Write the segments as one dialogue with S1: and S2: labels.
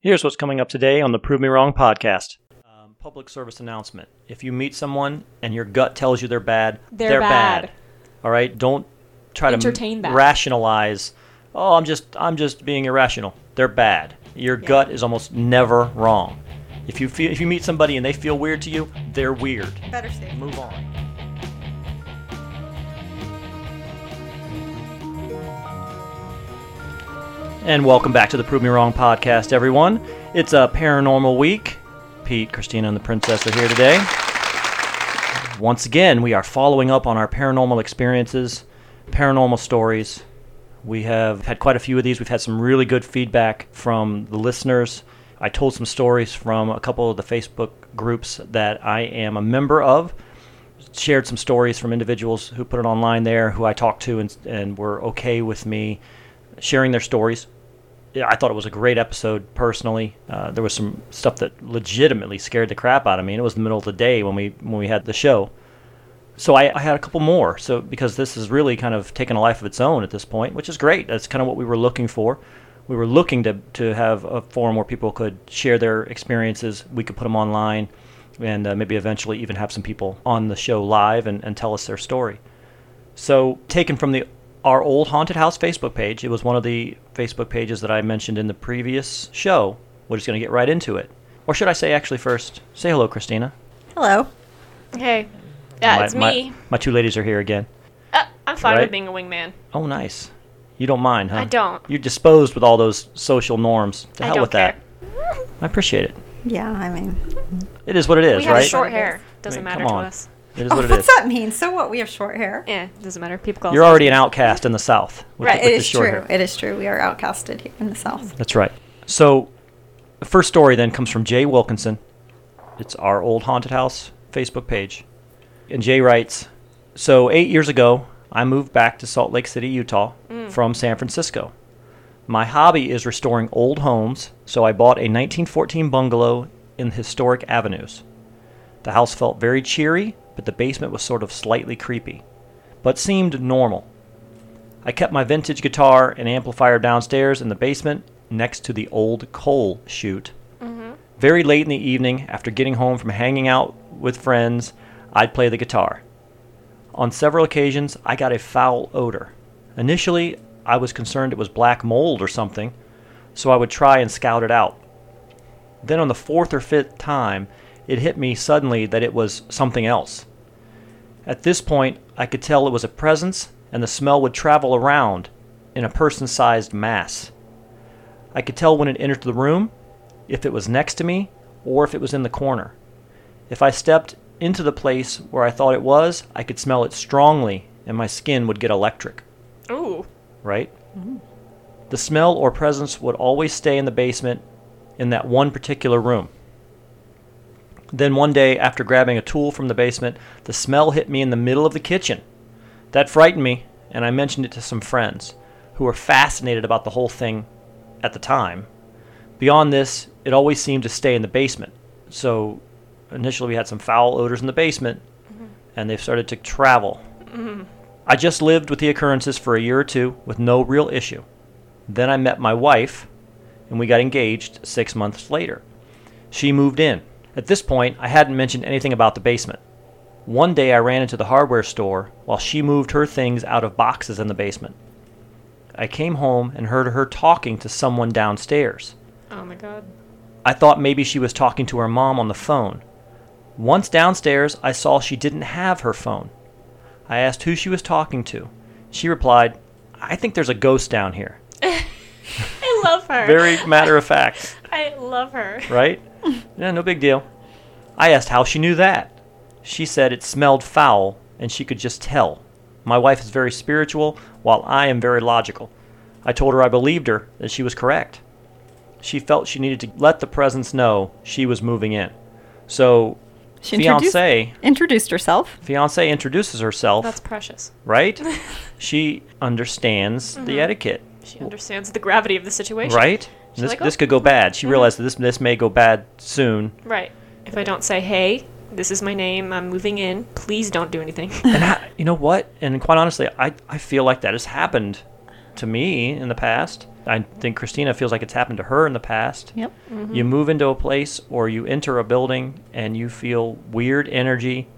S1: Here's what's coming up today on the Prove Me Wrong podcast. Um, public service announcement. If you meet someone and your gut tells you they're bad,
S2: They're bad.
S1: All right, don't try
S2: Entertain
S1: to m-
S2: that.
S1: rationalize. Oh, I'm just I'm just being irrational. They're bad. Your gut is almost never wrong. If you feel if you meet somebody and they feel weird to you, they're weird.
S3: Better safe.
S1: Move on. And welcome back to the Prove Me Wrong podcast, everyone. It's a paranormal week. Pete, Christina, and the princess are here today. Once again, we are following up on our paranormal experiences, paranormal stories. We have had quite a few of these. We've had some really good feedback from the listeners. I told some stories from a couple of the Facebook groups that I am a member of shared some stories from individuals who put it online there, who I talked to and, and were okay with me sharing their stories. Yeah, I thought it was a great episode personally. Uh, there was some stuff that legitimately scared the crap out of me, and it was the middle of the day when we when we had the show. So I, I had a couple more. So because this is really kind of taken a life of its own at this point, which is great. That's kind of what we were looking for. We were looking to to have a forum where people could share their experiences. We could put them online, and uh, maybe eventually even have some people on the show live and, and tell us their story. So taken from the our old haunted house Facebook page. It was one of the Facebook pages that I mentioned in the previous show. We're just going to get right into it. Or should I say actually first, say hello, Christina.
S3: Hello.
S2: Hey, yeah,
S1: my,
S2: it's
S1: my-
S2: me.
S1: my two ladies are here again.
S2: Uh, I'm fine
S1: Right?
S2: with being a wingman.
S1: Oh, nice. You don't mind, huh?
S2: I don't.
S1: You're disposed with all those social norms. To
S2: I
S1: hell
S2: don't
S1: with
S2: care.
S1: that. I appreciate it.
S3: Yeah, I mean,
S1: It is what it is,
S2: we have
S1: right?
S2: short
S3: It
S2: hair.
S3: is.
S2: Doesn't
S1: I mean,
S2: matter
S1: come
S2: to
S1: on.
S2: us.
S1: It is
S3: oh,
S1: what it
S3: what's
S1: is.
S3: that mean? So what? We have short hair.
S2: Yeah, doesn't matter. People call
S1: You're
S2: us.
S1: already an outcast in the South. With,
S3: Right.
S1: with
S3: It
S1: the
S3: is true.
S1: short hair.
S3: It is true. We are outcasted here in the south.
S1: That's right. So, the first story then comes from Jay Wilkinson. It's our old haunted house Facebook page. And Jay writes So, eight years ago, I moved back to Salt Lake City, Utah from San Francisco. My hobby is restoring old homes, so I bought a 1914 bungalow in the historic avenues. The house felt very cheery, but the basement was sort of slightly creepy, but seemed normal. I kept my vintage guitar and amplifier downstairs in the basement next to the old coal chute. Very late in the evening, after getting home from hanging out with friends, I'd play the guitar. On several occasions, I got a foul odor. Initially, I was concerned it was black mold or something, so I would try and scout it out. Then, on the fourth or fifth time, it hit me suddenly that it was something else. At this point, I could tell it was a presence, and the smell would travel around in a person sized mass. I could tell when it entered the room, if it was next to me, or if it was in the corner. If I stepped into the place where I thought it was, I could smell it strongly, and my skin would get electric
S2: Ooh,
S1: right? The smell or presence would always stay in the basement in that one particular room. Then one day, after grabbing a tool from the basement, the smell hit me in the middle of the kitchen. That frightened me, and I mentioned it to some friends who were fascinated about the whole thing at the time. Beyond this, it always seemed to stay in the basement. So initially, we had some foul odors in the basement, and they've started to travel I just lived with the occurrences for a year or two with no real issue. Then I met my wife, and we got engaged six months later. She moved in. At this point, I hadn't mentioned anything about the basement. One day, I ran into the hardware store while she moved her things out of boxes in the basement. I came home and heard her talking to someone downstairs.
S2: oh my god.
S1: I thought maybe she was talking to her mom on the phone. Once downstairs, I saw she didn't have her phone. I asked who she was talking to. She replied, I think there's a ghost down here.
S2: I love her.
S1: Very matter of fact,
S2: I love her.
S1: right? Yeah, no big deal. I asked how she knew that. She said it smelled foul and she could just tell. My wife is very spiritual, while I am very logical. I told her I believed her, that she was correct. She felt she needed to let the presence know she was moving in. So,
S3: She introduced-
S1: fiance,
S3: introduced herself.
S1: fiance introduces herself,
S2: That's precious.
S1: right? she understands the etiquette,
S2: She understands the gravity of the situation.
S1: Oh. right? This,
S2: like,
S1: this
S2: "Oh."
S1: could go bad. She realized that this this may go bad soon.
S2: Right. If I don't say, "Hey, this is my name. I'm moving in. Please don't do anything."
S1: And I, you know what? And quite honestly, I I feel like that has happened to me in the past. I think Christina feels like it's happened to her in the past.
S3: Yep.
S1: You move into a place or you enter a building and you feel weird energy.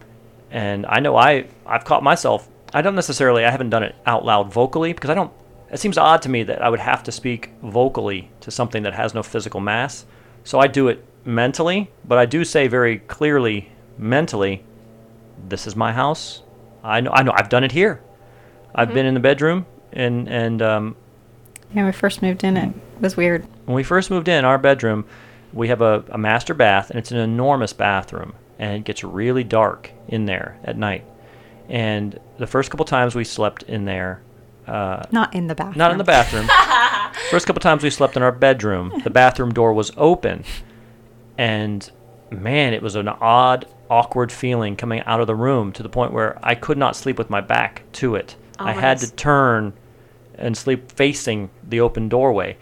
S1: And I know I I've caught myself. I don't necessarily I haven't done it out loud vocally because I don't it seems odd to me that I would have to speak vocally to something that has no physical mass. So I do it mentally, but I do say very clearly mentally, this is my house. I know I know I've done it here. I've been in the bedroom and and um,
S3: Yeah, we first moved in. It was weird.
S1: when we first moved in our bedroom we have a, a master bath and it's an enormous bathroom and it gets really dark in there at night and the first couple times we slept in there uh,
S3: Not in the bathroom.
S1: not in the bathroom first couple times we slept in our bedroom the bathroom door was open and man it was an odd awkward feeling coming out of the room to the point where i could not sleep with my back to it
S3: Oh,
S1: i had
S2: nice.
S1: to turn and sleep facing the open doorway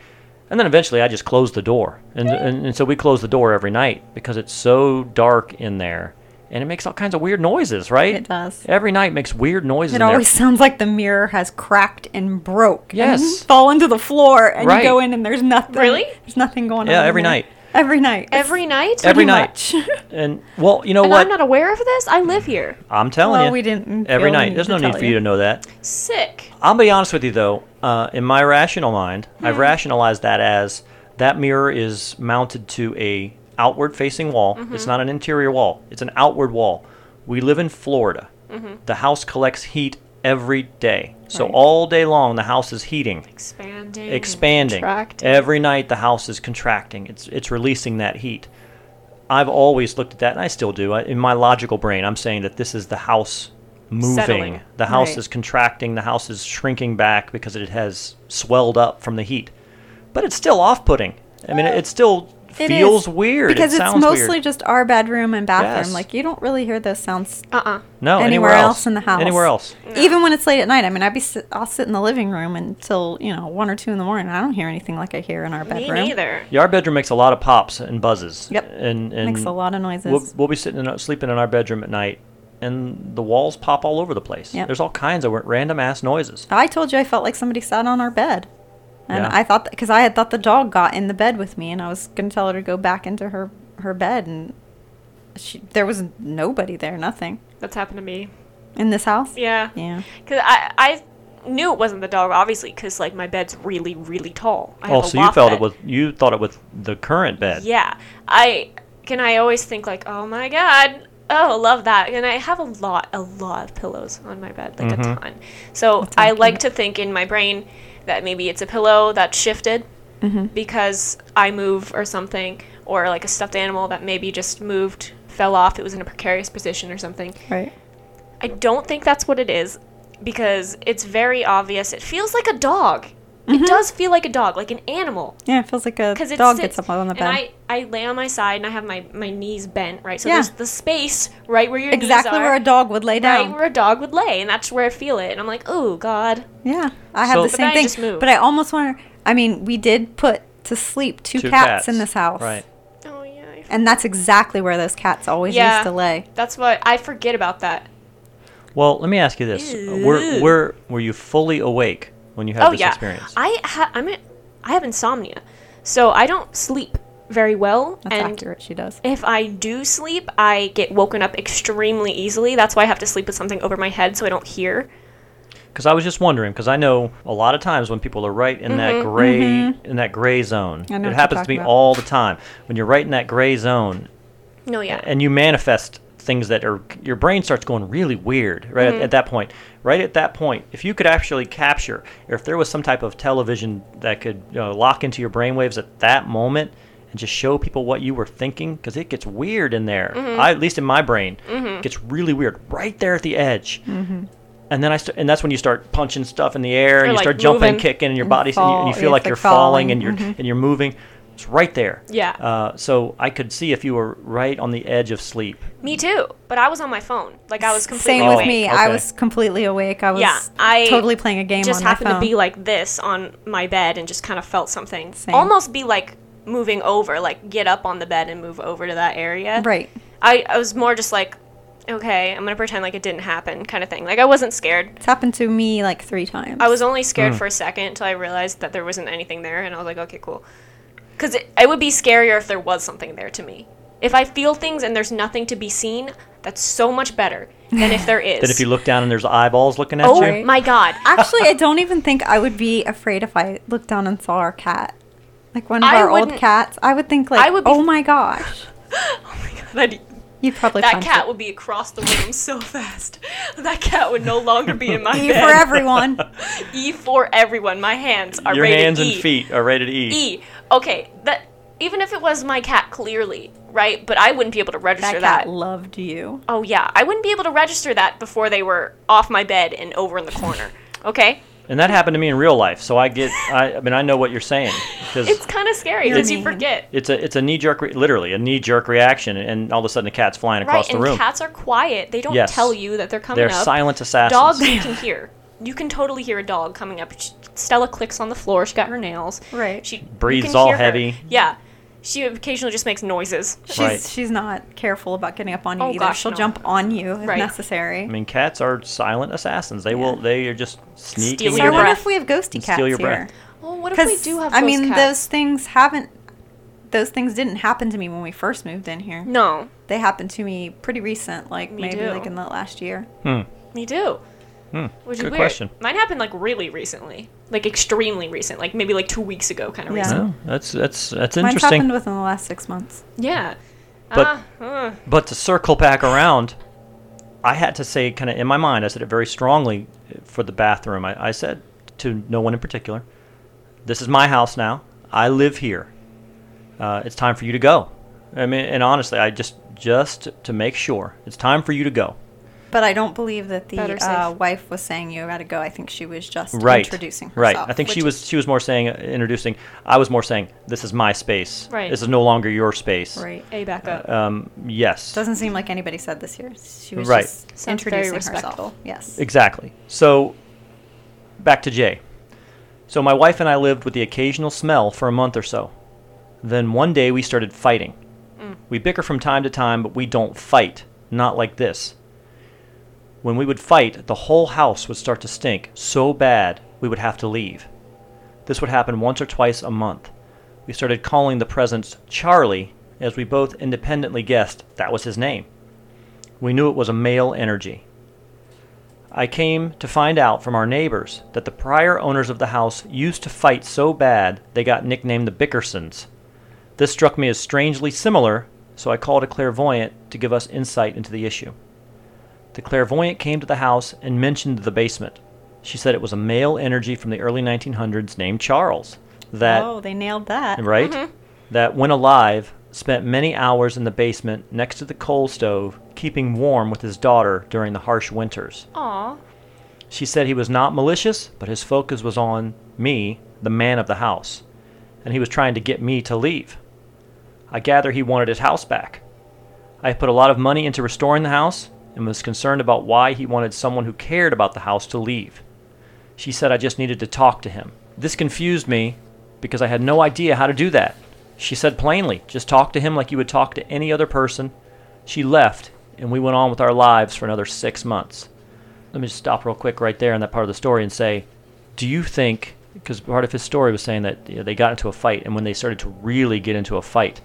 S1: and then eventually i just closed the door and, and, and so we close the door every night because it's so dark in there and it makes all kinds of weird noises right
S3: It does.
S1: every night makes weird noises
S3: It
S1: in there.
S3: always sounds like the mirror has cracked and broke.
S1: Yes.
S3: And fallen to the floor, and
S1: Right.
S3: you go in and there's nothing.
S2: Really?
S3: There's nothing going on.
S1: Yeah,
S3: in
S1: every
S3: there.
S1: night.
S3: Every night.
S2: Every night?
S1: every
S3: pretty
S1: night
S3: much.
S1: and well you know
S2: and
S1: what
S2: I'm not aware of this? I live here.
S1: I'm telling
S3: Well,
S1: you.
S3: we didn't
S1: Every
S3: feel the
S1: night.
S3: need
S1: There's
S3: to
S1: no need
S3: tell
S1: for you
S3: you.
S1: to know that.
S2: Sick.
S1: I'll be honest with you, though. Uh, in my rational mind,
S3: Hmm.
S1: I've rationalized that as that mirror is mounted to a outward facing wall. It's
S3: Mm-hmm.
S1: not an interior wall. It's an outward wall. We live in Florida. The house collects heat every day. So
S3: Mm-hmm. Right.
S1: all day long, the house is heating
S2: Expanding.
S3: Mm-hmm.
S2: and
S1: expanding.
S2: contracting.
S1: Every night the house is contracting. It's it's releasing that heat. I've always looked at that, and I still do. I, in my logical brain, I'm saying that this is the house moving.
S2: Settling.
S1: The house
S3: Right.
S1: is contracting. The house is shrinking back because it has swelled up from the heat. But it's still off-putting. I mean, it, it still
S3: It is,
S1: feels weird.
S3: because
S1: it
S3: it's
S1: sounds
S3: mostly
S1: weird.
S3: just our bedroom and bathroom.
S1: Yes.
S3: Like you don't really hear those sounds
S2: Uh-uh.
S1: no
S3: anywhere else in the house.
S1: Anywhere else.
S3: Even when it's late at night, I mean, I'd be sit, I'll sit in the living room until you know one or two in the morning. I don't hear anything like I hear in our bedroom.
S2: Me neither.
S1: Yeah, our bedroom makes a lot of pops and buzzes.
S3: Yep.
S1: And, and
S3: Makes a lot of noises.
S1: We'll, we'll be sitting in our, sleeping in our bedroom at night, and the walls pop all over the place.
S3: Yep.
S1: There's all kinds of random ass noises.
S3: I told you I felt like somebody sat on our bed, and
S1: Yeah.
S3: I thought because I had thought the dog got in the bed with me, and I was gonna tell her to go back into her her bed, and she there was nobody there, nothing
S2: That's happened to me.
S3: in this house.
S2: Yeah.
S3: Yeah.
S2: Because I, I knew it wasn't the dog, obviously, because, like, my bed's really, really tall. I
S1: Oh,
S2: have a
S1: so you
S2: loft
S1: felt
S2: bed.
S1: it with you thought it with the current bed.
S2: Yeah. I can I always think like, oh my god. Oh, love that. And I have a lot, a lot of pillows on my bed, like
S1: Mm-hmm.
S2: a ton. So I like to think in my brain that maybe it's a pillow that shifted because I move or something, or like a stuffed animal that maybe just moved, fell off, it was in a precarious position or something.
S3: Right.
S2: I don't think that's what it is because it's very obvious. It feels like a dog. It does feel like a dog, like an animal
S3: Yeah, it feels like a
S2: because it
S3: Mm-hmm. dog
S2: sits,
S3: gets up on the bed.
S2: And I, I lay on my side and I have my, my knees bent, right? So
S3: Yeah.
S2: there's the space right where your
S3: exactly
S2: knees are.
S3: where a dog would lay
S2: Right
S3: down.
S2: where a dog would lay, and that's where I feel it. And I'm like, oh God.
S3: Yeah, I have
S1: So-
S3: the
S1: But
S3: same
S2: then I
S3: thing.
S2: just moved.
S3: But I almost want to. I mean, we did put to sleep two,
S1: Two
S3: cats, in this house,
S1: Right.
S2: Oh yeah. I f-
S3: And that's exactly where those cats always
S2: Yeah.
S3: used to lay.
S2: That's what I forget about that.
S1: Well, let me ask you this:
S2: Ew.
S1: were, were were you fully awake when you had
S2: oh
S1: this
S2: yeah.
S1: experience?
S2: I ha- I'm a- I have insomnia, so I don't sleep very well,
S3: That's
S2: and
S3: accurate. She does.
S2: if I do sleep, I get woken up extremely easily. That's why I have to sleep with something over my head so I don't hear.
S1: Because I was just wondering, because I know a lot of times when people are right in that gray in that gray zone,
S3: Mm-hmm, I know what
S1: it
S3: you're
S1: happens to me
S3: talking about.
S1: all the time. When you're right in that gray zone,
S2: No, yeah.
S1: and you manifest things that are your brain starts going really weird right
S3: Mm-hmm.
S1: at, at that point right at that point if you could actually capture or if there was some type of television that could you know, lock into your brainwaves at that moment and just show people what you were thinking because it gets weird in there
S3: Mm-hmm.
S1: I, at least in my brain it gets really weird right there at the edge and then I st- and that's when you start punching stuff in the air and
S2: Or,
S1: you
S2: like,
S1: start jumping and
S2: moving.
S1: kicking and your
S3: And
S1: body's and, you, and
S3: fall-
S1: you
S3: yeah,
S1: feel like
S3: it's like
S1: you're falling
S3: falling.
S1: and you're and you're moving it's right there
S2: Mm-hmm. Yeah.
S1: uh, so I could see if you were right on the edge of sleep.
S2: Me too, but I was on my phone. Like I was completely
S3: Same
S1: awake.
S3: with me. I
S1: Okay.
S3: was completely awake. I was
S2: Yeah, I
S3: totally playing a game
S2: Just
S3: on my
S2: happened
S3: phone.
S2: to be like this on my bed and just kind of felt something.
S3: Same.
S2: Almost be like moving over, like get up on the bed and move over to that area.
S3: right.
S2: I, I was more just like okay, I'm gonna pretend like it didn't happen, kind of thing. Like I wasn't scared.
S3: It's happened to me like three times.
S2: I was only scared
S1: Hmm.
S2: for a second until I realized that there wasn't anything there, and I was like, okay, cool. Because it, it would be scarier if there was something there to me. If I feel things and there's nothing to be seen, that's so much better than if there is.
S1: That if you look down and there's eyeballs looking at
S2: oh
S1: you.
S2: my god,
S3: Actually, I don't even think I would be afraid if I looked down and saw our cat. Like one of
S2: I
S3: our old
S2: wouldn't-
S3: cats. I would think like,
S2: I would be-
S3: oh my gosh.
S2: that,
S3: You'd probably
S2: that
S3: punch
S2: cat
S3: it.
S2: would be across the room so fast. That cat would no longer be in my
S3: E
S2: bed.
S3: for everyone.
S2: E for everyone. My hands are
S1: Your
S2: rated
S1: hands and
S2: E.
S1: feet are rated E.
S2: E. Okay, that even if it was my cat, clearly, right? But I wouldn't be able to
S3: that
S2: register
S3: cat
S2: that.
S3: loved you.
S2: Oh yeah, I wouldn't be able to register that before they were off my bed and over in the corner. Okay,
S1: And that happened to me in real life, so I get. I, I mean, I know what you're saying because
S2: it's kind of scary
S3: You're
S2: because you
S3: mean.
S2: forget.
S1: it's a it's a knee jerk, re- literally a knee jerk reaction, and all of a sudden the cat's flying across
S2: right,
S1: the
S2: and
S1: room.
S2: cats are quiet. They don't
S1: Yes.
S2: tell you that they're coming
S1: They're
S2: up.
S1: silent assassins.
S2: Dogs you can hear. You can totally hear a dog coming up. She- Stella clicks on the floor. She got her nails.
S3: Right.
S2: She you
S1: Breathes
S2: can
S1: all
S2: hear her.
S1: heavy.
S2: Yeah. She occasionally just makes noises.
S3: She's
S1: Right.
S3: she's not careful about getting up on you
S2: Oh,
S3: either.
S2: gosh,
S3: She'll
S2: no.
S3: jump on you if
S2: Right.
S3: necessary.
S1: I mean, cats are silent assassins. They will. They are just sneaking.
S2: Steal
S3: so
S1: in
S3: I
S2: your
S3: wonder
S2: breath.
S3: if we have ghosty cats
S1: Steal your
S3: here.
S1: breath.
S2: Well, what if we
S3: Because
S2: do have?
S3: I
S2: ghost
S3: mean,
S2: cats?
S3: those things haven't. Those things didn't happen to me when we first moved in here.
S2: No,
S3: They happened to me pretty recent, like
S2: Me
S3: maybe
S2: too.
S3: like in the last year.
S2: me do.
S1: Hmm. Good
S2: Which is weird.
S1: question.
S2: Mine happened like really recently, like extremely recent, like maybe like two weeks ago, kind of
S3: Yeah.
S2: recent.
S1: Oh, that's that's that's
S3: Mine's
S1: interesting.
S3: happened within the last six months.
S2: Yeah.
S1: But-
S2: Ah, uh,
S1: But to circle back around, I had to say, kind of in my mind, I said it very strongly for the bathroom. I, I said to no one in particular, "This is my house now. I live here. Uh, it's time for you to go." I mean, and honestly, I just just to make sure it's time for you to go.
S3: But I don't believe that the
S2: Better
S3: uh,
S2: safe.
S3: wife was saying you gotta go. I think she was just
S1: Right.
S3: introducing
S1: Right.
S3: herself.
S1: I think she
S3: which-
S1: was she was more saying uh, introducing. I was more saying this is my space.
S2: Right.
S1: This is no longer your space.
S3: right.
S2: a back up.
S1: Um, yes.
S3: Doesn't seem like anybody said this here. She was
S1: Right.
S3: just
S2: Sounds very
S3: introducing herself.
S2: respectful.
S3: Yes.
S1: Exactly. So, back to Jay. So, my wife and I lived with the occasional smell for a month or so. Then one day we started fighting. We bicker from time to time, but we don't fight. Not like this. When we would fight, the whole house would start to stink so bad we would have to leave. This would happen once or twice a month. We started calling the presence Charlie, as we both independently guessed that was his name. We knew it was a male energy. I came to find out from our neighbors that the prior owners of the house used to fight so bad they got nicknamed the Bickersons. This struck me as strangely similar, so I called a clairvoyant to give us insight into the issue. The clairvoyant came to the house and mentioned the basement. She said it was a male energy from the early 1900s named Charles that
S3: oh, they nailed that.
S1: right? That when alive, spent many hours in the basement next to the coal stove, keeping warm with his daughter during the harsh winters.
S2: Aw.
S1: She said he was not malicious, but his focus was on me, the man of the house, and he was trying to get me to leave. I gather he wanted his house back. I put a lot of money into restoring the house and was concerned about why he wanted someone who cared about the house to leave. She said I just needed to talk to him. This confused me because I had no idea how to do that. She said plainly, just talk to him like you would talk to any other person. She left, and we went on with our lives for another six months let me just stop real quick right there in that part of the story and say, do you think? Because part of his story was saying that you know, they got into a fight, and when they started to really get into a fight,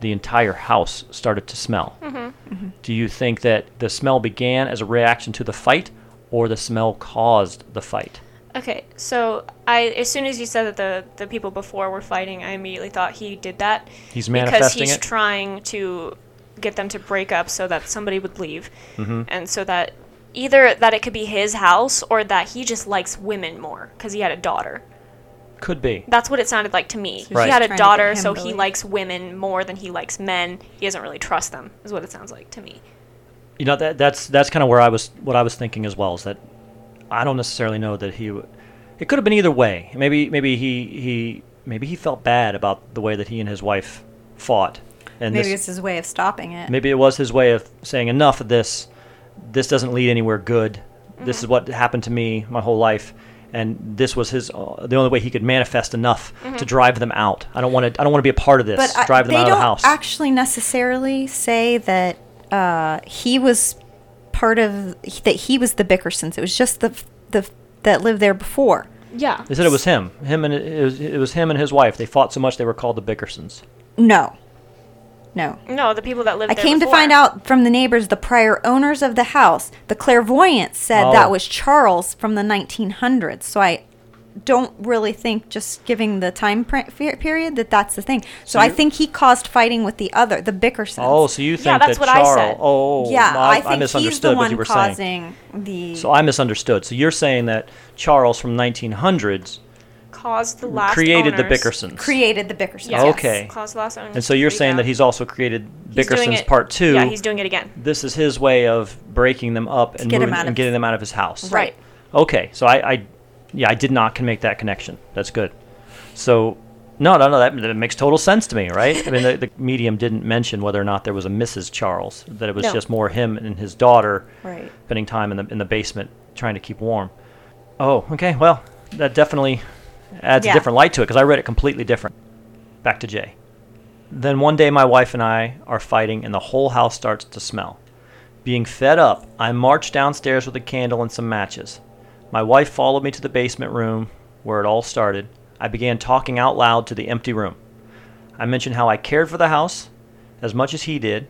S1: the entire house started to smell.
S2: Mm-hmm.
S1: Do you think that the smell began as a reaction to the fight, or the smell caused the fight?
S2: Okay, so I as soon as you said that the the people before were fighting, I immediately thought he did that
S1: He's
S2: because
S1: manifesting
S2: he's
S1: it.
S2: trying to get them to break up so that somebody would leave,
S1: Mm-hmm.
S2: and so that either that it could be his house or that he just likes women more because he had a daughter.
S1: Could be.
S2: That's what it sounded like to me.
S1: Right.
S2: He had
S3: trying to
S2: a
S3: get
S2: daughter,
S3: him
S2: so
S3: to
S2: he
S3: leave.
S2: likes women more than he likes men. He doesn't really trust them, is what it sounds like to me.
S1: you know that that's that's kind of where I was what I was thinking as well is that I don't necessarily know that he w- it could have been either way maybe maybe he he maybe he felt bad about the way that he and his wife fought and
S3: Maybe
S1: this,
S3: it's his way of stopping it.
S1: maybe it was his way of saying enough of this this doesn't lead anywhere good
S3: Mm-hmm.
S1: this is what happened to me my whole life and this was his uh, the only way he could manifest enough to drive them out I don't want to I don't want to be a part of this
S3: Mm-hmm. but I-
S1: drive them
S3: they
S1: out of
S3: don't
S1: the house
S3: actually necessarily say that uh, he was part of that he was the Bickersons. It was just the the that lived there before.
S2: Yeah.
S1: They said it was him. Him and it was, it was him and his wife. They fought so much they were called the Bickersons.
S3: No, no.
S2: No, the people that lived
S3: I
S2: there
S3: came to
S2: before.
S3: find out from the neighbors, the prior owners of the house, the clairvoyant said
S1: Oh.
S3: that was Charles from the 1900s. So I don't really think just giving the time pre- fe- period that that's the thing. So, I
S1: you-
S3: think he caused fighting with the other, the Bickersons.
S1: Oh, so you think
S2: that's
S1: that
S2: what I
S1: Charles?
S2: said.
S1: Oh,
S3: yeah,
S1: no,
S3: I,
S1: I,
S3: think he's
S1: misunderstood
S3: the
S1: what
S3: one
S1: you were saying.
S3: causing the.
S1: So I misunderstood. So you're saying that Charles from 1900s
S2: caused the last
S1: created the
S2: owners-
S1: Bickersons.
S3: created the Bickersons.
S2: Yes.
S1: Okay.
S2: Caused the last owners
S1: and so you're
S2: to freak
S1: saying
S2: out.
S1: that he's also created
S2: He's doing
S1: Bickersons
S2: it-
S1: Part 2.
S2: Yeah, he's doing it again.
S1: this is his way of breaking them up and,
S3: get him
S1: moving,
S3: out of-
S1: and getting them out of his house.
S3: Right.
S1: Okay, so I, I, yeah, I did not can make that connection. That's good. So, no, no, no, that, that makes total sense to me, right? I mean, the, the medium didn't mention whether or not there was a Mrs. Charles, that it was
S2: No.
S1: just more him and his daughter
S3: Right.
S1: spending time in the in the basement trying to keep warm. Oh, okay, well, that definitely adds
S3: Yeah.
S1: a different light to it because I read it completely different. Back to Jay. Then one day my wife and I are fighting and the whole house starts to smell. Being fed up, I march downstairs with a candle and some matches. My wife followed me to the basement room where it all started. I began talking out loud to the empty room. I mentioned how I cared for the house as much as he did.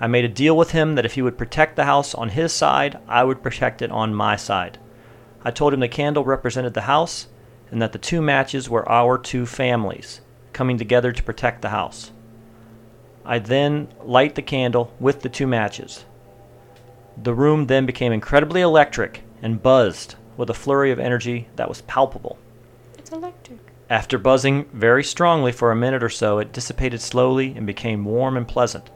S1: I made a deal with him that if he would protect the house on his side, I would protect it on my side. I told him the candle represented the house and that the two matches were our two families coming together to protect the house. I then light the candle with the two matches. The room then became incredibly electric and buzzed with a flurry of energy that was palpable.
S2: It's electric.
S1: After buzzing very strongly for a minute or so, it dissipated slowly and became warm and pleasant.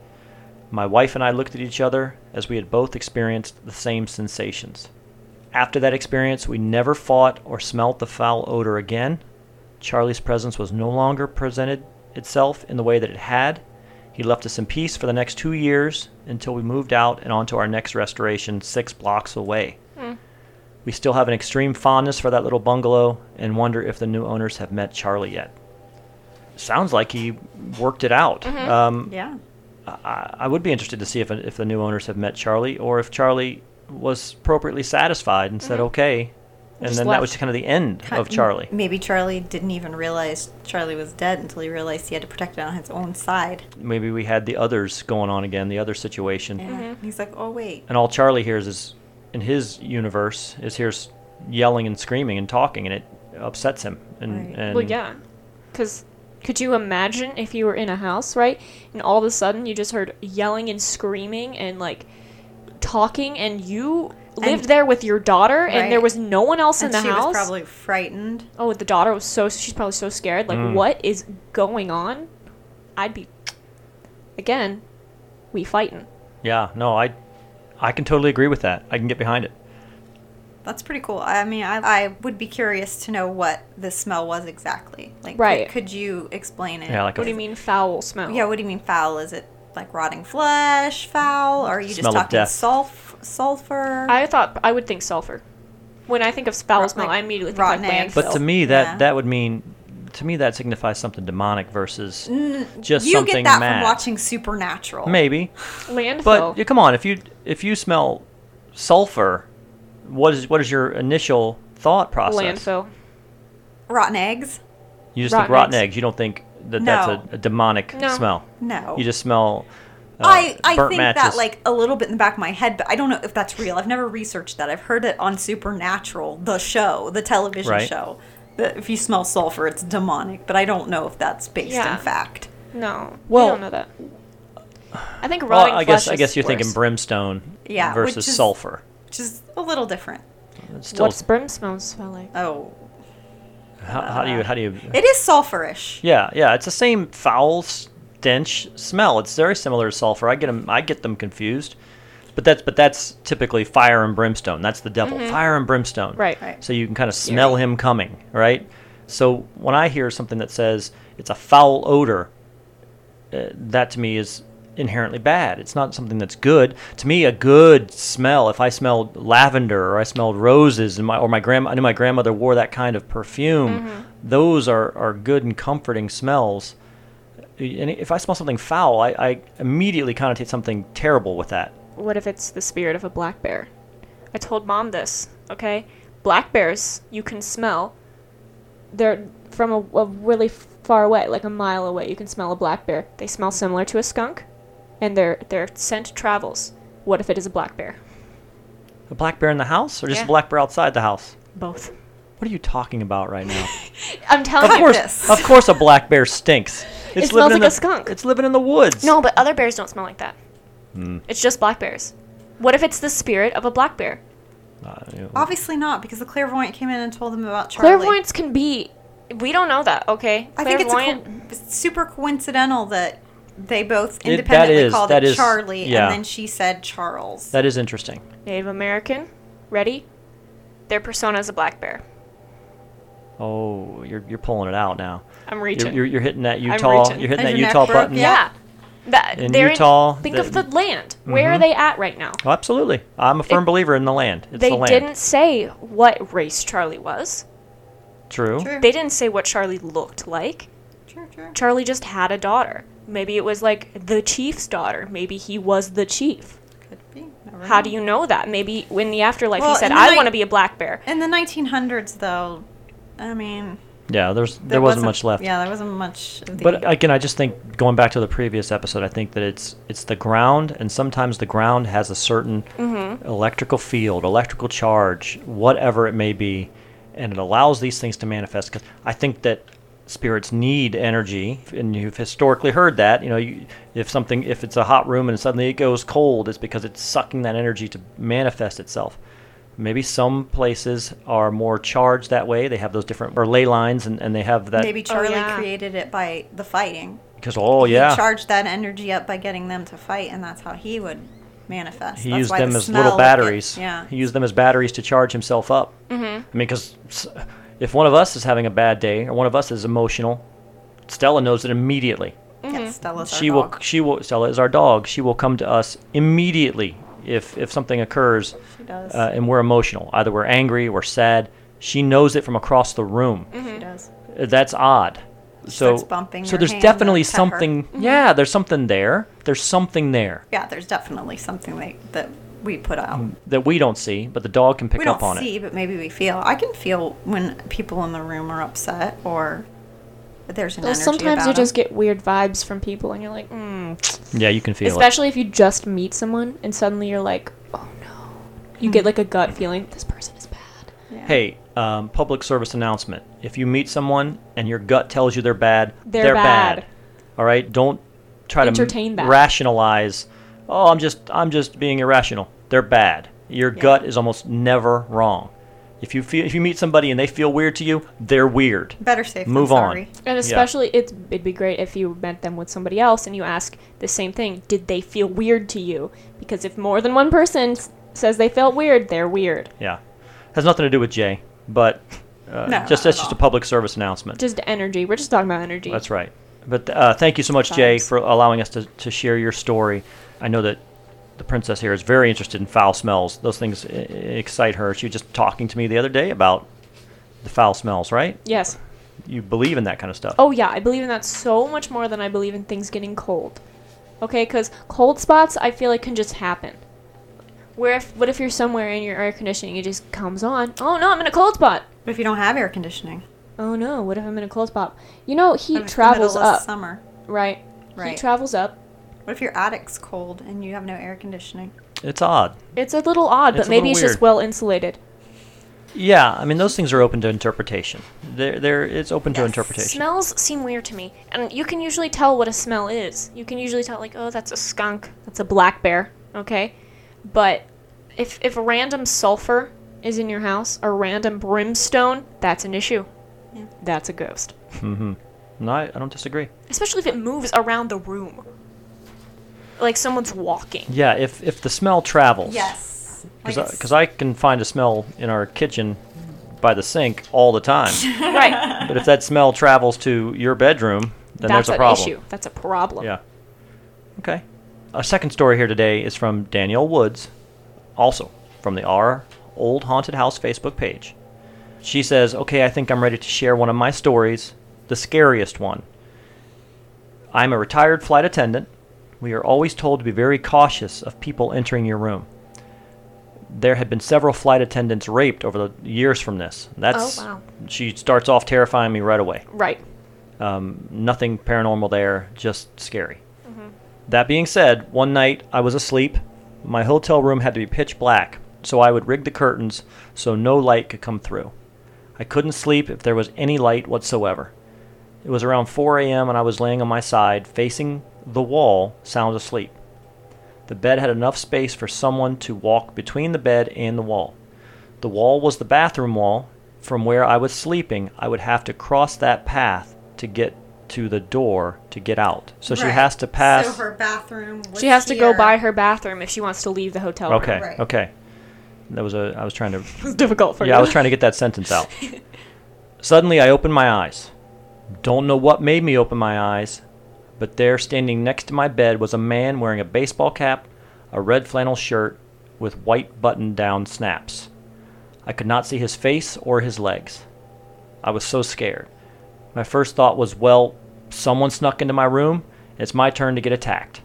S1: My wife and I looked at each other as we had both experienced the same sensations. After that experience, we never fought or smelt the foul odor again. Charlie's presence was no longer presented itself in the way that it had. He left us in peace for the next two years until we moved out and onto our next restoration six blocks away. We still have an extreme fondness for that little bungalow and wonder if the new owners have met Charlie yet. Sounds like he worked it out. Um,
S3: Yeah.
S1: I, I would be interested to see if, if the new owners have met Charlie or if Charlie was appropriately satisfied and
S3: Mm-hmm.
S1: said okay. And
S2: Just
S1: then that
S2: left.
S1: was kind of the end of Charlie.
S3: Maybe Charlie didn't even realize Charlie was dead until he realized he had to protect it on his own side.
S1: Maybe we had the others going on again, the other situation.
S3: Yeah. He's like, oh, wait.
S1: And all Charlie hears is, in his universe, is hears yelling and screaming and talking, and it upsets him. And,
S3: Right.
S1: and
S2: Well, yeah. Because could you imagine if you were in a house, right? And all of a sudden you just heard yelling and screaming and like talking, and you lived there with your daughter, and there
S3: Right.
S2: was no one else
S3: And
S2: in the
S3: she
S2: house.
S3: was probably frightened.
S2: oh, the daughter was so, she's probably so scared. Like,
S1: Mm.
S2: what is going on? I'd be, again, we fighting.
S1: Yeah, no, I, I can totally agree with that. I can get behind it.
S3: That's pretty cool. I mean, I, I would be curious to know what the smell was exactly. Like,
S2: Right.
S3: Could, you explain it?
S1: Yeah, like
S2: What do you mean foul smell?
S3: Yeah, what do you mean foul? Is it like rotting flesh foul? Or are you
S1: Smell
S3: just
S1: of
S3: talking
S1: death.
S3: sulf- sulfur?
S2: I thought I would think sulfur. When I think of foul
S3: Rot-
S2: smell,
S3: like
S2: I immediately think like
S3: rotten
S2: landfill.
S3: eggs.
S1: But to me, that
S3: Yeah.
S1: that would mean, to me, that signifies something demonic versus just
S3: Mm, you
S1: something
S3: get that
S1: mad.
S3: from watching Supernatural.
S1: Maybe,
S2: landfill.
S1: but yeah, come on, if you if you smell sulfur, what is what is your initial thought process?
S2: landfill.
S3: Rotten eggs?
S1: You just think
S2: Rotten
S1: rotten
S2: eggs.
S1: eggs. You don't think that
S3: No.
S1: that's a, a demonic
S2: No.
S1: smell.
S3: No.
S1: You just smell. Uh,
S3: I, I
S1: burnt
S3: think
S1: matches.
S3: that like a little bit in the back of my head, but I don't know if that's real. I've never researched that. I've heard it on Supernatural, the show, the television
S1: Right.
S3: show. That if you smell sulfur, it's demonic, but I don't know if that's based
S2: Yeah.
S3: in fact.
S2: No,
S1: Well-
S2: we don't know that. I think
S1: Well,
S2: rotting
S1: I
S2: flesh
S1: guess I
S2: is
S1: guess you're
S2: worse.
S1: thinking brimstone
S3: Yeah, which
S1: versus
S3: is-
S1: sulfur.
S3: Which is a little different.
S1: It's still,
S2: What's brimstone smell like?
S3: Oh.
S1: how, how do you how do you
S3: It is sulfurish.
S1: Yeah, yeah, it's the same foul stench smell. It's very similar to sulfur. I get them, I get them confused, but that's but that's typically fire and brimstone. That's the devil, fire and brimstone.
S2: Right.
S3: Mm-hmm. Right.
S1: So you can kind of smell him coming, right? So when I hear something that says it's a foul odor, uh, that to me is inherently bad. It's not something that's good. To me, a good smell, if I smelled lavender or I smelled roses and my or my grandma I knew my grandmother wore that kind of perfume, those are, are good and comforting smells. And if I smell something foul, I, I immediately connotate something terrible with that.
S2: what if it's the spirit of a black bear? I told mom this, okay? Black bears, you can smell. They're from a, a really far away, like a mile away. You can smell a black bear. They smell similar to a skunk, and their their scent travels. What if it is a black bear?
S1: A black bear in the house, or just
S2: Yeah.
S1: a black bear outside the house?
S2: Both.
S1: What are you talking about right now?
S2: I'm telling
S1: of
S2: you.
S1: course,
S3: this.
S1: of course, a black bear stinks. It's
S2: It
S1: living
S2: smells
S1: in
S2: like a
S1: the-
S2: skunk.
S1: It's living in the woods.
S2: No, but other bears don't smell like that.
S1: Hmm.
S2: It's just black bears. What if it's the spirit of a black bear?
S1: Uh, you know,
S3: Obviously not, because the clairvoyant came in and told them about Charlie.
S2: Clairvoyants can be. We don't know that, okay?
S3: I think it's a
S2: Clairvoyant.
S3: co- it's super coincidental that they both
S1: that
S3: independently
S1: is-
S3: called
S1: that
S3: it
S1: is-
S3: Charlie,
S1: yeah.
S3: and then she said Charles.
S1: that is interesting.
S2: Native American. Ready? Their persona is a black bear.
S1: Oh, you're, you're pulling it out now.
S2: I'm
S1: You're,
S2: reaching.
S1: you're, you're hitting that Utah.
S2: reaching.
S1: You're hitting
S3: Is
S1: that
S3: your neck
S1: Utah
S3: broke
S1: button.
S3: yet?
S2: yeah. That,
S1: In
S2: they're
S1: Utah,
S2: think
S1: the-
S2: of the land. Where are
S1: Mhm.
S2: they at right now?
S1: Oh, absolutely. I'm a firm
S2: It-
S1: believer in the land. It's
S2: they
S1: the land.
S2: didn't say what race Charlie was.
S1: True.
S3: True.
S2: They didn't say what Charlie looked like.
S3: True, true.
S2: Charlie just had a daughter. Maybe it was like the chief's daughter. Maybe he was the chief.
S3: Could be. Never
S2: How
S3: know.
S2: do you know that? Maybe in the afterlife
S3: Well,
S2: he said,
S3: and
S2: "I
S3: then I-
S2: want to be a black bear."
S3: In the 1900s, though, I mean,
S1: Yeah, there's there, wasn't, much left.
S3: Yeah, there wasn't much. Of the,
S1: But again, I just think going back to the previous episode, I think that it's it's the ground, and sometimes the ground has a certain electrical field, electrical charge, whatever it may be, and it allows these things to manifest. 'Cause I think that spirits need energy, and you've historically heard that. You know, you, if something if it's a hot room and suddenly it goes cold, it's because it's sucking that energy to manifest itself. Maybe some places are more charged that way. They have those different or ley lines, and, and they have that
S3: maybe Charlie
S2: Oh, yeah.
S3: created it by the fighting.
S1: because oh
S3: He
S1: yeah,
S3: charged that energy up by getting them to fight, and that's how he would manifest.
S1: He
S3: That's
S1: used
S3: why the
S1: them as
S3: smell
S1: little
S3: would
S1: batteries.
S3: Get, yeah.
S1: He used them as batteries to charge himself up. Mm-hmm. I mean, because if one of us is having a bad day or one of us is emotional, Stella knows it immediately.
S2: Mm-hmm.
S3: Yeah, Stella's our
S1: She will.
S3: dog.
S1: She will. Stella is our dog. She will come to us immediately if if something occurs,
S3: She does.
S1: uh, and we're emotional. Either we're angry, we're sad. She knows it from across the room.
S2: Mm-hmm.
S3: She does.
S1: Uh, That's odd. So,
S3: Mm-hmm. starts bumping
S1: so
S3: her
S1: there's
S3: hand
S1: definitely
S3: and pet her. Mm-hmm.
S1: something. Yeah, there's something there. There's something there
S3: Yeah, there's definitely something they, that we put out.
S1: that we don't see, but the dog can Mm, pick
S3: we
S1: up
S3: don't
S1: on it.
S3: see, but maybe we feel. I can feel when people in the room are upset or there's an
S2: Well,
S3: energy
S2: sometimes
S3: about
S2: you just
S3: them.
S2: get weird vibes from people, and you're like, mm.
S1: Yeah, you can feel it.
S2: especially if you just meet someone, and suddenly you're like, oh no, you get like a gut feeling. This person is bad.
S3: Yeah.
S1: Hey, um, public service announcement. If you meet someone and your gut tells you they're bad,
S2: They're
S1: they're,
S2: bad.
S1: bad. All right, don't try
S2: Entertain
S1: to
S2: that.
S1: m- rationalize. Oh, I'm just I'm just being irrational. They're bad. Your gut is almost never wrong. If you feel if you meet somebody and they feel weird to you, they're weird.
S3: better safe
S1: Move
S3: than
S1: on.
S3: sorry.
S2: And especially, it's, it'd be great if you met them with somebody else and you ask the same thing. Did they feel weird to you? Because if more than one person s- says they felt weird, they're weird.
S1: Yeah, has nothing to do with Jay, but uh,
S3: No,
S1: just
S3: not at
S1: that's just
S3: all.
S1: a public service announcement.
S2: Just energy. We're just talking about energy.
S1: That's right. But uh, thank you so much, Jay,
S3: Vibes.
S1: for allowing us to, to share your story. I know that the princess here is very interested in foul smells. Those things uh, excite her. She was just talking to me the other day about the foul smells, right?
S2: Yes.
S1: You believe in that kind of stuff.
S2: Oh yeah, I believe in that so much more than I believe in things getting cold. Okay, because cold spots I feel like can just happen. Where if what if you're somewhere and your air conditioning it just comes on? Oh no, I'm in a cold spot.
S3: But if you don't have air conditioning,
S2: Oh no, what if I'm in a cold spot? You know
S3: what
S2: heat
S3: if it's the
S2: travels
S3: middle of
S2: up,
S3: Summer.
S2: right? Heat
S3: Right.
S2: travels up.
S3: What if your attic's cold and you have no air conditioning?
S1: It's odd.
S2: It's a little odd,
S1: It's
S2: but
S1: a little
S2: maybe it's just
S1: weird.
S2: well insulated.
S1: Yeah, I mean, those things are open to interpretation. They're, they're, it's open to interpretation.
S2: Smells seem weird to me, and you can usually tell what a smell is. You can usually tell, like, oh, that's a skunk, that's a black bear, okay? But if if random sulfur is in your house or random brimstone, that's an issue.
S3: Yeah.
S2: That's a ghost,
S1: Mm-hmm. no, I, I don't disagree.
S2: especially if it moves around the room, like someone's walking.
S1: Yeah, if, if the smell travels.
S3: Yes.
S1: Because I, can find a smell in our kitchen by the sink all the time.
S2: right,
S1: but if that smell travels to your bedroom, then
S2: that's
S1: there's a
S2: an
S1: problem.
S2: issue. That's a problem.
S1: Yeah. Okay. Our second story here today is from Danielle Woods, also from the Our Old Haunted House Facebook page. She says, Okay, I think I'm ready to share one of my stories, the scariest one. I'm a retired flight attendant We are always told to be very cautious of people entering your room. There had been several flight attendants raped over the years from this. That's
S2: wow.
S1: she starts off terrifying me right away.
S2: Right.
S1: Um, nothing paranormal there, just scary. That being said, one night I was asleep. My hotel room had to be pitch black, so I would rig the curtains so no light could come through. I couldn't sleep if there was any light whatsoever. It was around 4 a.m., and I was laying on my side, facing the wall, sound asleep. The bed had enough space for someone to walk between the bed and the wall. The wall was the bathroom wall. From where I was sleeping, I would have to cross that path to get to the door to get out. So she
S4: Right.
S1: has to pass.
S4: So her bathroom. Was
S2: She has to go
S4: here.
S2: by her bathroom if she wants to leave the hotel room.
S1: Okay.
S4: Right.
S1: Okay. That was a. I was trying to.
S2: It's difficult for
S1: Yeah, I was trying to get that sentence out. Suddenly, I opened my eyes. Don't know what made me open my eyes, but there, standing next to my bed, was a man wearing a baseball cap, a red flannel shirt with white button-down snaps. I could not see his face or his legs. I was so scared. My first thought was, well, someone snuck into my room. It's my turn to get attacked.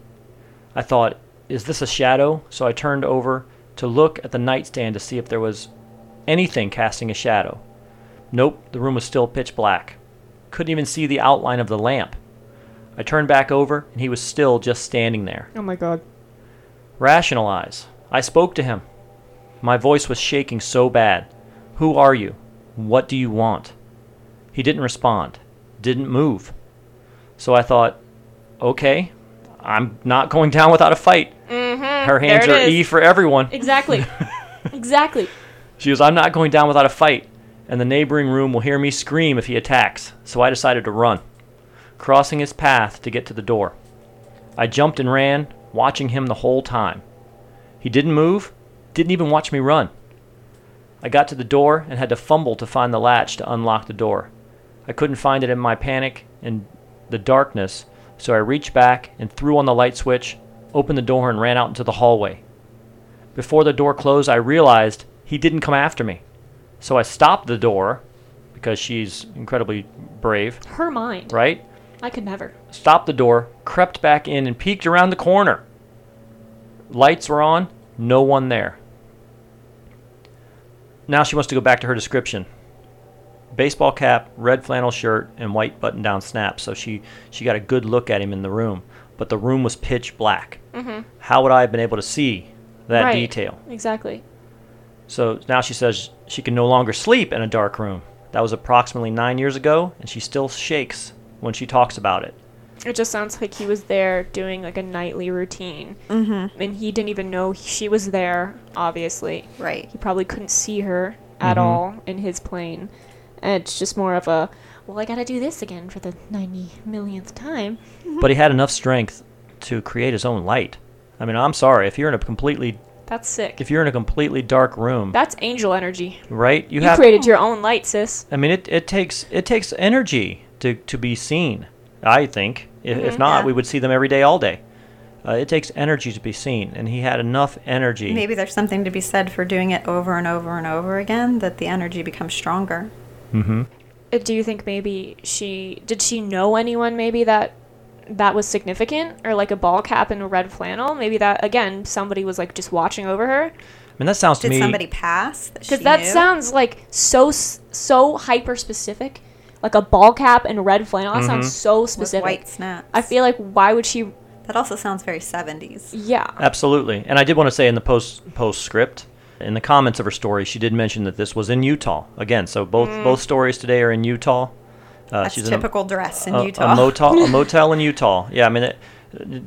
S1: I thought, is this a shadow? So I turned over to look at the nightstand to see if there was anything casting a shadow. Nope, the room was still pitch black. Couldn't even see the outline of the lamp. I turned back over, and he was still just standing there.
S2: Oh my god.
S1: Rationalize. I spoke to him. My voice was shaking so bad. Who are you? What do you want? He didn't respond, didn't move. So I thought, okay, I'm not going down without a fight. Mm-hmm, Her hands
S2: there
S1: are
S2: it is.
S1: E for everyone.
S2: Exactly. exactly.
S1: She goes, I'm not going down without a fight, and the neighboring room will hear me scream if he attacks, so I decided to run, crossing his path to get to the door. I jumped and ran, watching him the whole time. He didn't move, didn't even watch me run. I got to the door and had to fumble to find the latch to unlock the door. I couldn't find it in my panic and the darkness, so I reached back and threw on the light switch, opened the door, and ran out into the hallway. Before the door closed, I realized he didn't come after me. So I stopped the door because she's incredibly brave,
S2: Her mind.
S1: right?
S2: I could never.
S1: Stopped the door, crept back in, and peeked around the corner. Lights were on, no one there. Now she wants to go back to her description baseball cap, red flannel shirt, and white button down snaps. So she, she got a good look at him in the room, but the room was pitch black. Mm-hmm. How would I have been able to see that
S2: Right.
S1: detail?
S2: Exactly.
S1: So now she says she can no longer sleep in a dark room. That was approximately nine years ago, and she still shakes when she talks about it.
S2: It just sounds like he was there doing like a nightly routine. Mm-hmm. And he didn't even know she was there, obviously.
S3: Right.
S2: He probably couldn't see her at
S1: Mm-hmm.
S2: all in his plane. And it's just more of a, well, I gotta do this again for the 90 millionth time.
S3: Mm-hmm.
S1: But he had enough strength to create his own light. I mean, I'm sorry if you're in a completely
S2: That's sick.
S1: if you're in a completely dark room,
S2: That's angel energy.
S1: right? You,
S2: You
S1: have.
S2: created your own light, sis.
S1: I mean, it, it takes it takes energy to to be seen. I think I- if, if not,
S3: Mm-hmm, Yeah.
S1: we would see them every day, all day. Uh, it takes energy to be seen, and he had enough energy.
S3: Maybe there's something to be said for doing it over and over and over again that the energy becomes stronger.
S1: Mm-hmm.
S2: Uh, Do you think maybe she did she know anyone maybe that that was significant or like a ball cap and a red flannel? Maybe that again somebody was like just watching over her.
S1: I mean, that sounds to
S3: Did
S1: me.
S3: somebody pass?
S2: Because that sounds like so s- so hyper specific, like a ball cap and a red flannel. That sounds so
S3: specific.
S2: specific.
S3: white snaps.
S2: I feel like why would she?
S3: that also sounds very 70s.
S2: Yeah,
S1: Absolutely. And I did want to say in the post postscript, in the comments of her story, she did mention that this was in Utah. Again, so both both stories today are in Utah. Uh,
S3: That's
S1: in a-
S3: typical dress in
S1: a,
S3: Utah.
S1: A motel, a motel in Utah. Yeah, I mean, it,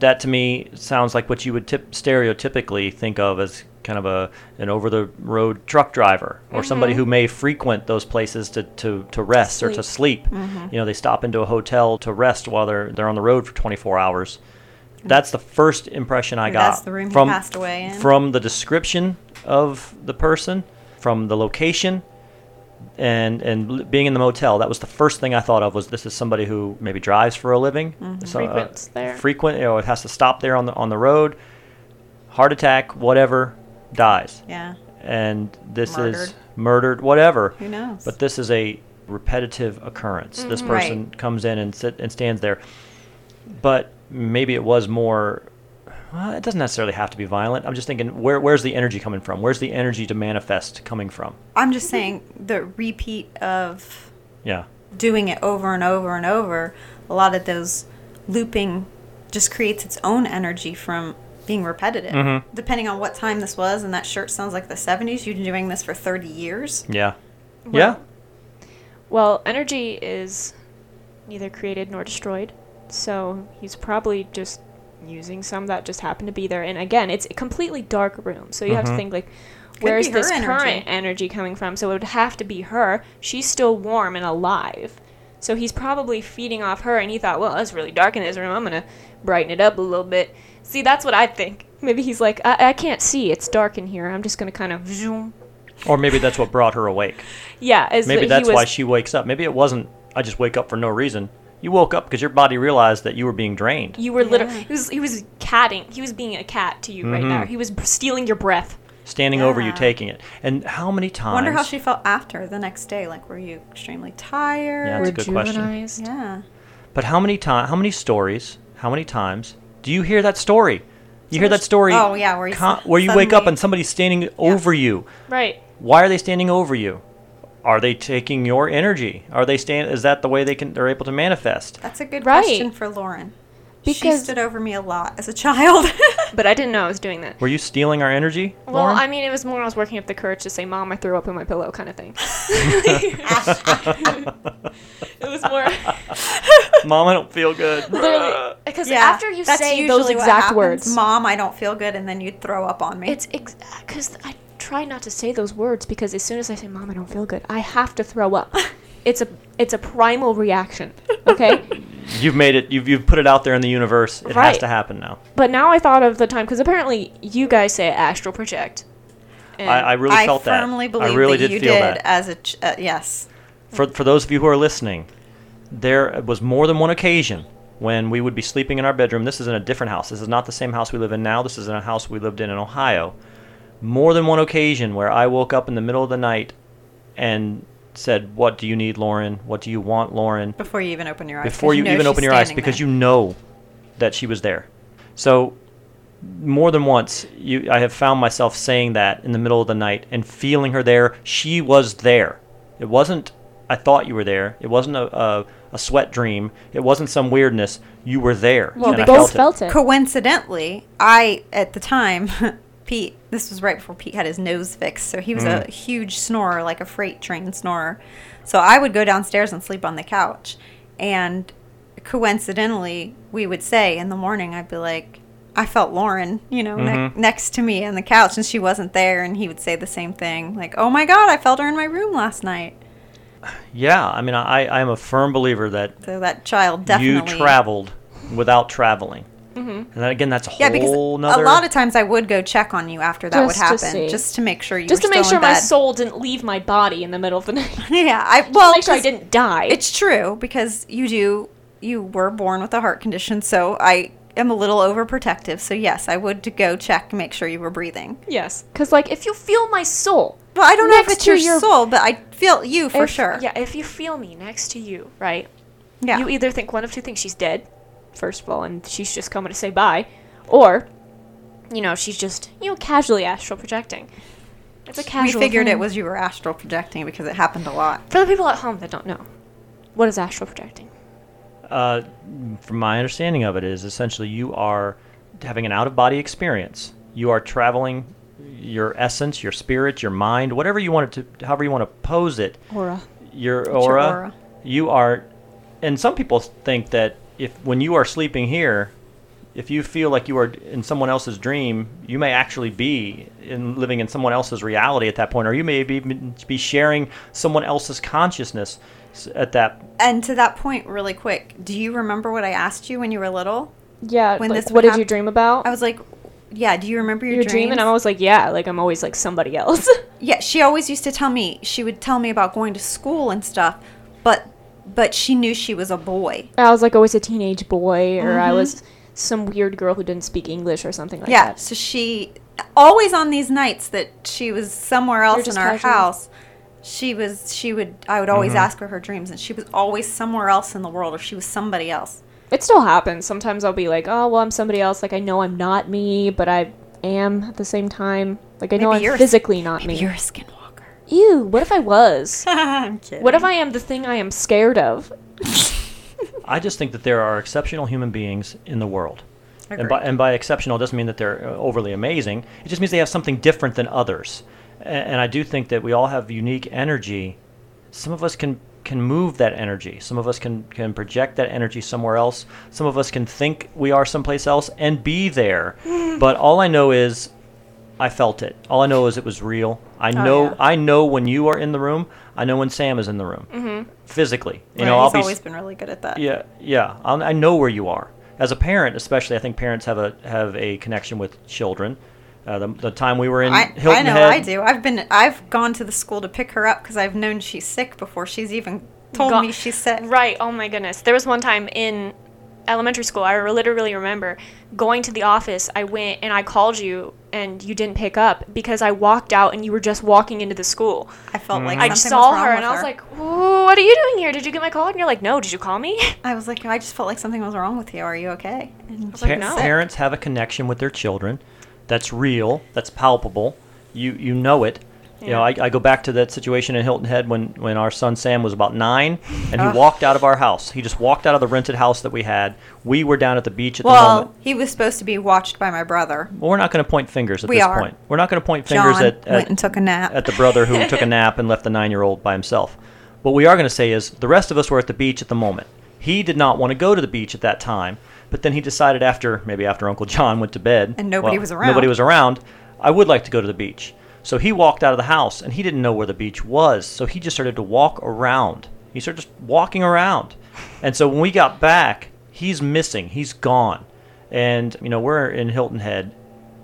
S1: that to me sounds like what you would tip, stereotypically think of as kind of a an over the road truck driver or
S3: Mm-hmm.
S1: somebody who may frequent those places to, to, to rest or to sleep.
S3: Mm-hmm.
S1: You know, they stop into a hotel to rest while they're they're on the road for 24 hours. That's the first impression I got
S3: That's the room he
S1: from
S3: passed away in.
S1: from the description of the person, from the location, and and l- being in the motel, that was the first thing I thought of was this is somebody who maybe drives for a living,
S3: Mm-hmm.
S1: so, uh,
S2: Frequents there.
S1: frequent, you know, it has to stop there on the on the road, heart attack, whatever, dies,
S3: yeah.
S1: and this is
S3: Murdered.
S1: murdered, whatever.
S3: Who knows?
S1: But this is a repetitive occurrence. This
S3: Mhm.
S1: person comes in and sit and stands there, but maybe it was more Well, it doesn't necessarily have to be violent. I'm just thinking, where where's the energy coming from? Where's the energy to manifest coming from?
S3: I'm just saying the repeat of
S1: Yeah.
S3: doing it over and over and over, a lot of those looping just creates its own energy from being repetitive.
S1: Mm-hmm.
S3: Depending on what time this was, and that shirt sounds like the 70s, you've been doing this for 30 years.
S1: Yeah. yeah.
S2: Well- Well, energy is neither created nor destroyed, so he's probably just using some that just happened to be there. And again, it's a completely dark room, so you
S1: Mm-hmm.
S2: have to think like, where
S3: be
S2: is this
S3: her energy.
S2: current energy coming from? So it would have to be her. She's still warm and alive, so he's probably feeding off her. And he thought, well, it's really dark in this room. I'm gonna brighten it up a little bit. See, that's what I think. Maybe he's like, I, I can't see. It's dark in here. I'm just gonna kind of zoom.
S1: Or maybe that's what brought her awake.
S2: Yeah, as
S1: Maybe
S2: he
S1: that's
S2: was-
S1: why she wakes up. Maybe it wasn't I just wake up for no reason. You woke up because your body realized that you were being drained.
S2: You were literally
S3: Yeah.
S2: he was he was catting. He was being a cat to you right
S1: Mm-hmm.
S2: there. He was b- stealing your breath.
S1: standing over you
S3: Yeah.
S1: taking it. And how many times?
S3: Wonder how she felt after the next day. Like, were you extremely
S1: Yeah,
S3: tired?
S1: that's a good question.
S2: Rejuvenized.
S3: Yeah.
S1: But how many time? How many stories? How many times do you hear that story? You hear that
S3: Somebody's-
S1: story.
S3: oh, yeah, where you s-
S1: where you wake up
S3: suddenly-
S1: and somebody's standing over you.
S2: Right.
S1: Why are they standing over you? Are they taking your energy? Are they stand? Is that the way they can? They're able to manifest.
S3: That's a good
S2: Right.
S3: question for Lauren. she
S2: Because-
S3: stood over me a lot as a child.
S2: But I didn't know I was doing that.
S1: Were you stealing our energy?
S2: Well,
S1: Lauren?
S2: I mean, it was more I was working up the courage to say, "Mom, I threw up in my pillow," kind of thing. it was more
S1: Mom, I don't feel good.
S2: literally because after you
S3: that's
S2: say
S3: usually
S2: those
S3: what
S2: exact
S3: happens.
S2: words,
S3: Mom, I don't feel good, and then you'd throw up on me.
S2: it's because I try not to say those words because as soon as I say, "Mom, I don't feel good," I have to throw up. It's a it's a primal reaction. Okay.
S1: You've made it. You've you've put it out there in the universe. It has
S2: Right.
S1: to happen now.
S2: But now I thought of the time because apparently you guys say astral project. And
S1: I, I really
S3: I
S1: felt that.
S3: firmly believe
S1: I really
S3: that
S1: did
S3: you
S1: feel
S3: did
S1: that.
S3: as a ch- uh, yes.
S1: for for those of you who are listening, there was more than one occasion when we would be sleeping in our bedroom. This is in a different house. This is not the same house we live in now. This is in a house we lived in in Ohio. More than one occasion where I woke up in the middle of the night and said, "What do you need, Lauren? What do you want, Lauren?"
S3: Before you even open your eyes. 'cause
S1: Before you,
S3: know
S1: even
S3: she's
S1: open your eyes,
S3: standing
S1: because
S3: there.
S1: you know that she was there. So, more than once, you, I have found myself saying that in the middle of the night and feeling her there. She was there. It wasn't. I thought you were there. It wasn't a, a, a sweat dream. It wasn't some weirdness. You were there.
S2: well,
S1: and
S2: they
S1: I
S2: both felt it.
S3: coincidentally, I at the time, Pete. This was right before Pete had his nose fixed, so he was
S1: Mm.
S3: a huge snorer, like a freight train snorer. So I would go downstairs and sleep on the couch, and coincidentally, we would say in the morning, I'd be like. I felt Lauren, you know, ne-
S1: Mm-hmm.
S3: next to me on the couch, and she wasn't there. And he would say the same thing, like, "Oh my God, I felt her in my room last night."
S1: Yeah, I mean, I, I am a firm believer that
S3: So that child definitely
S1: you traveled without traveling. Mm-hmm. And that, again, that's a
S3: Yeah, because
S1: whole nother.
S3: a lot of times I would go check on you after that would
S2: Just to
S3: happen,
S2: see.
S3: just to make sure you
S2: Just
S3: were
S2: to make
S3: still
S2: sure
S3: in
S2: my
S3: bed.
S2: soul didn't leave my body in the middle of the night.
S3: Yeah, I well,
S2: make sure I
S3: 'cause
S2: didn't die.
S3: It's true because you do. You were born with a heart condition, so I am a little overprotective. So yes, I would to go check, make sure you were breathing.
S2: yes, because like if you feel my soul,
S3: Well, I don't know
S2: Next
S3: if it's your,
S2: to your-
S3: soul, but I feel you for
S2: if-
S3: sure.
S2: Yeah, if you feel me next to you, right?
S3: yeah.
S2: You either think one of two things: she's dead, first of all, and she's just coming to say bye, or you know she's just you know casually astral projecting. It's a
S3: we
S2: casual.
S3: figured
S2: thing.
S3: it was you were astral projecting because it happened a lot.
S2: for the people at home that don't know. What is astral projecting?
S1: uh, from my understanding of it, is essentially you are having an out of body experience. You are traveling your essence, your spirit, your mind, whatever you want it to, however you want to pose it,
S2: Aura.
S1: your aura.
S3: your aura.
S1: You are, and some people think that if when you are sleeping here, if you feel like you are in someone else's dream, you may actually be in living in someone else's reality at that point, or you may be be sharing someone else's consciousness s- at that
S3: And to that point, really quick, do you remember what I asked you when you were little?
S2: Yeah.
S3: When
S2: like,
S3: this
S2: what
S3: would
S2: did you
S3: hap-
S2: dream about?
S3: I was like, yeah, do you remember your,
S2: your dream, and
S3: dreams?
S2: I'm always like, yeah, like I'm always like somebody else.
S3: yeah she always used to tell me she would tell me about going to school and stuff but but she knew she was a boy
S2: I was like always a teenage boy, or I was some weird girl who didn't speak English or something like
S3: Mm-hmm. yeah
S2: that.
S3: so she always on these nights that she was somewhere else in
S2: just
S3: our
S2: casual.
S3: house she
S1: Mm-hmm.
S3: was she would i would always ask her her dreams and she was always somewhere else in the world or she was somebody else
S2: It still happens. Sometimes I'll be like, oh, well, I'm somebody else. Like, I know I'm not me, but I am at the same time. Like, I know
S3: Maybe
S2: I'm
S3: you're-
S2: physically not
S3: Maybe
S2: me.
S3: you're a skinwalker.
S2: Ew, what if I was?
S3: I'm kidding.
S2: what if I am the thing I am scared of?
S1: I just think that there are exceptional human beings in the world. And
S3: Agreed.
S1: by, and by exceptional doesn't mean that they're uh, overly amazing. It just means they have something different than others. A- And, I do think that we all have unique energy. Some of us can can move that energy. Some of us can can project that energy somewhere else. Some of us can think we are someplace else and be there. but all I know is I felt it. All I know is it was real. I
S3: Oh,
S1: know
S3: yeah.
S1: I know when you are in the room. I know when Sam is in the room. Physically. You
S3: Mm-hmm. Right,
S1: know, I'll
S3: he's
S1: be s-
S3: always been really good at that.
S1: yeah, yeah. I'll, I know where you are. As a parent, especially, I think parents have a have a connection with children. Uh, the, the time we were in
S3: I,
S1: Hilton
S3: I know
S1: Head,
S3: I do. I've been I've gone to the school to pick her up because I've known she's sick before she's even told
S2: Go-
S3: me she's sick.
S2: Right. Oh my goodness. There was one time in elementary school, I re- literally remember going to the office. I went and I called you, and you didn't pick up because I walked out and you were just walking into the school.
S3: I felt like
S2: Mm. I
S3: Mm. something was
S2: saw
S3: wrong
S2: her
S3: with
S2: and I was like, "Ooh, "What are you doing here? Did you get my call?" And you're like, "No, did you call me?"
S3: I was like, I just felt like something was wrong with you. Are you okay? And
S2: was like,
S1: Pa-
S2: no.
S1: parents have a connection with their children that's real, that's palpable. You you know it. You know, I, I go back to that situation in Hilton Head when, when our son Sam was about nine, and he
S3: Ugh.
S1: walked out of our house. He just walked out of the rented house that we had. We were down at the beach at the
S3: well,
S1: moment.
S3: he was supposed to be watched by my brother.
S1: Well, we're not going to point fingers at
S3: We
S1: this
S3: are.
S1: point. We're not going to point fingers
S3: John
S1: at, at
S3: went and took a nap.
S1: at the brother who took a nap and left the nine year old by himself. What we are going to say is the rest of us were at the beach at the moment. He did not want to go to the beach at that time, but then he decided after, maybe after Uncle John went to bed.
S3: And nobody was around.
S1: Nobody was around. I would like to go to the beach. So he walked out of the house and he didn't know where the beach was. So he just started to walk around. He started just walking around. And so when we got back, he's missing. He's gone. And, you know, we're in Hilton Head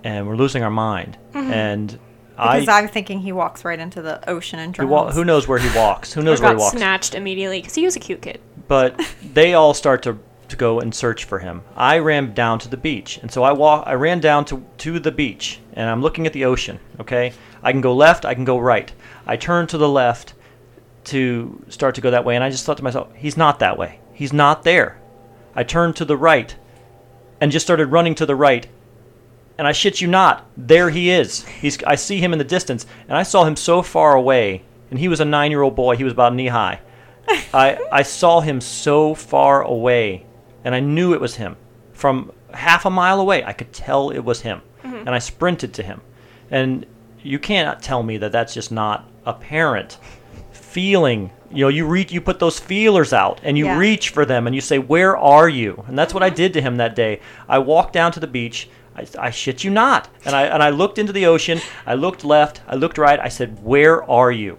S1: and we're losing our mind. And
S3: Mm-hmm. Because
S1: I
S3: I, am thinking he walks right into the ocean and
S1: he
S3: drowns.
S1: wa- who knows where he walks? Who knows
S2: I
S1: where he
S2: got
S1: walks?
S2: snatched immediately because he was a cute kid.
S1: But they all start to, to go and search for him. I ran down to the beach, and so I walk. I ran down to to the beach, and I'm looking at the ocean. Okay, I can go left. I can go right. I turn to the left to start to go that way, and I just thought to myself, he's not that way. He's not there. I turned to the right, and just started running to the right. And I shit you not, there he is. He's, I see him in the distance, and I saw him so far away. And he was a nine-year-old boy. He was about knee high. I, I saw him so far away, and I knew it was him. From half a mile away, I could tell it was him, and I sprinted to him. And you cannot tell me that that's just not a parent feeling. You know, you reach, you put those feelers out, and you
S3: Yeah.
S1: reach for them, and you say, "Where are you?" And that's what I did to him that day. I walked down to the beach. I, I shit you not, and I and I looked into the ocean. I looked left. I looked right. I said, "Where are you?"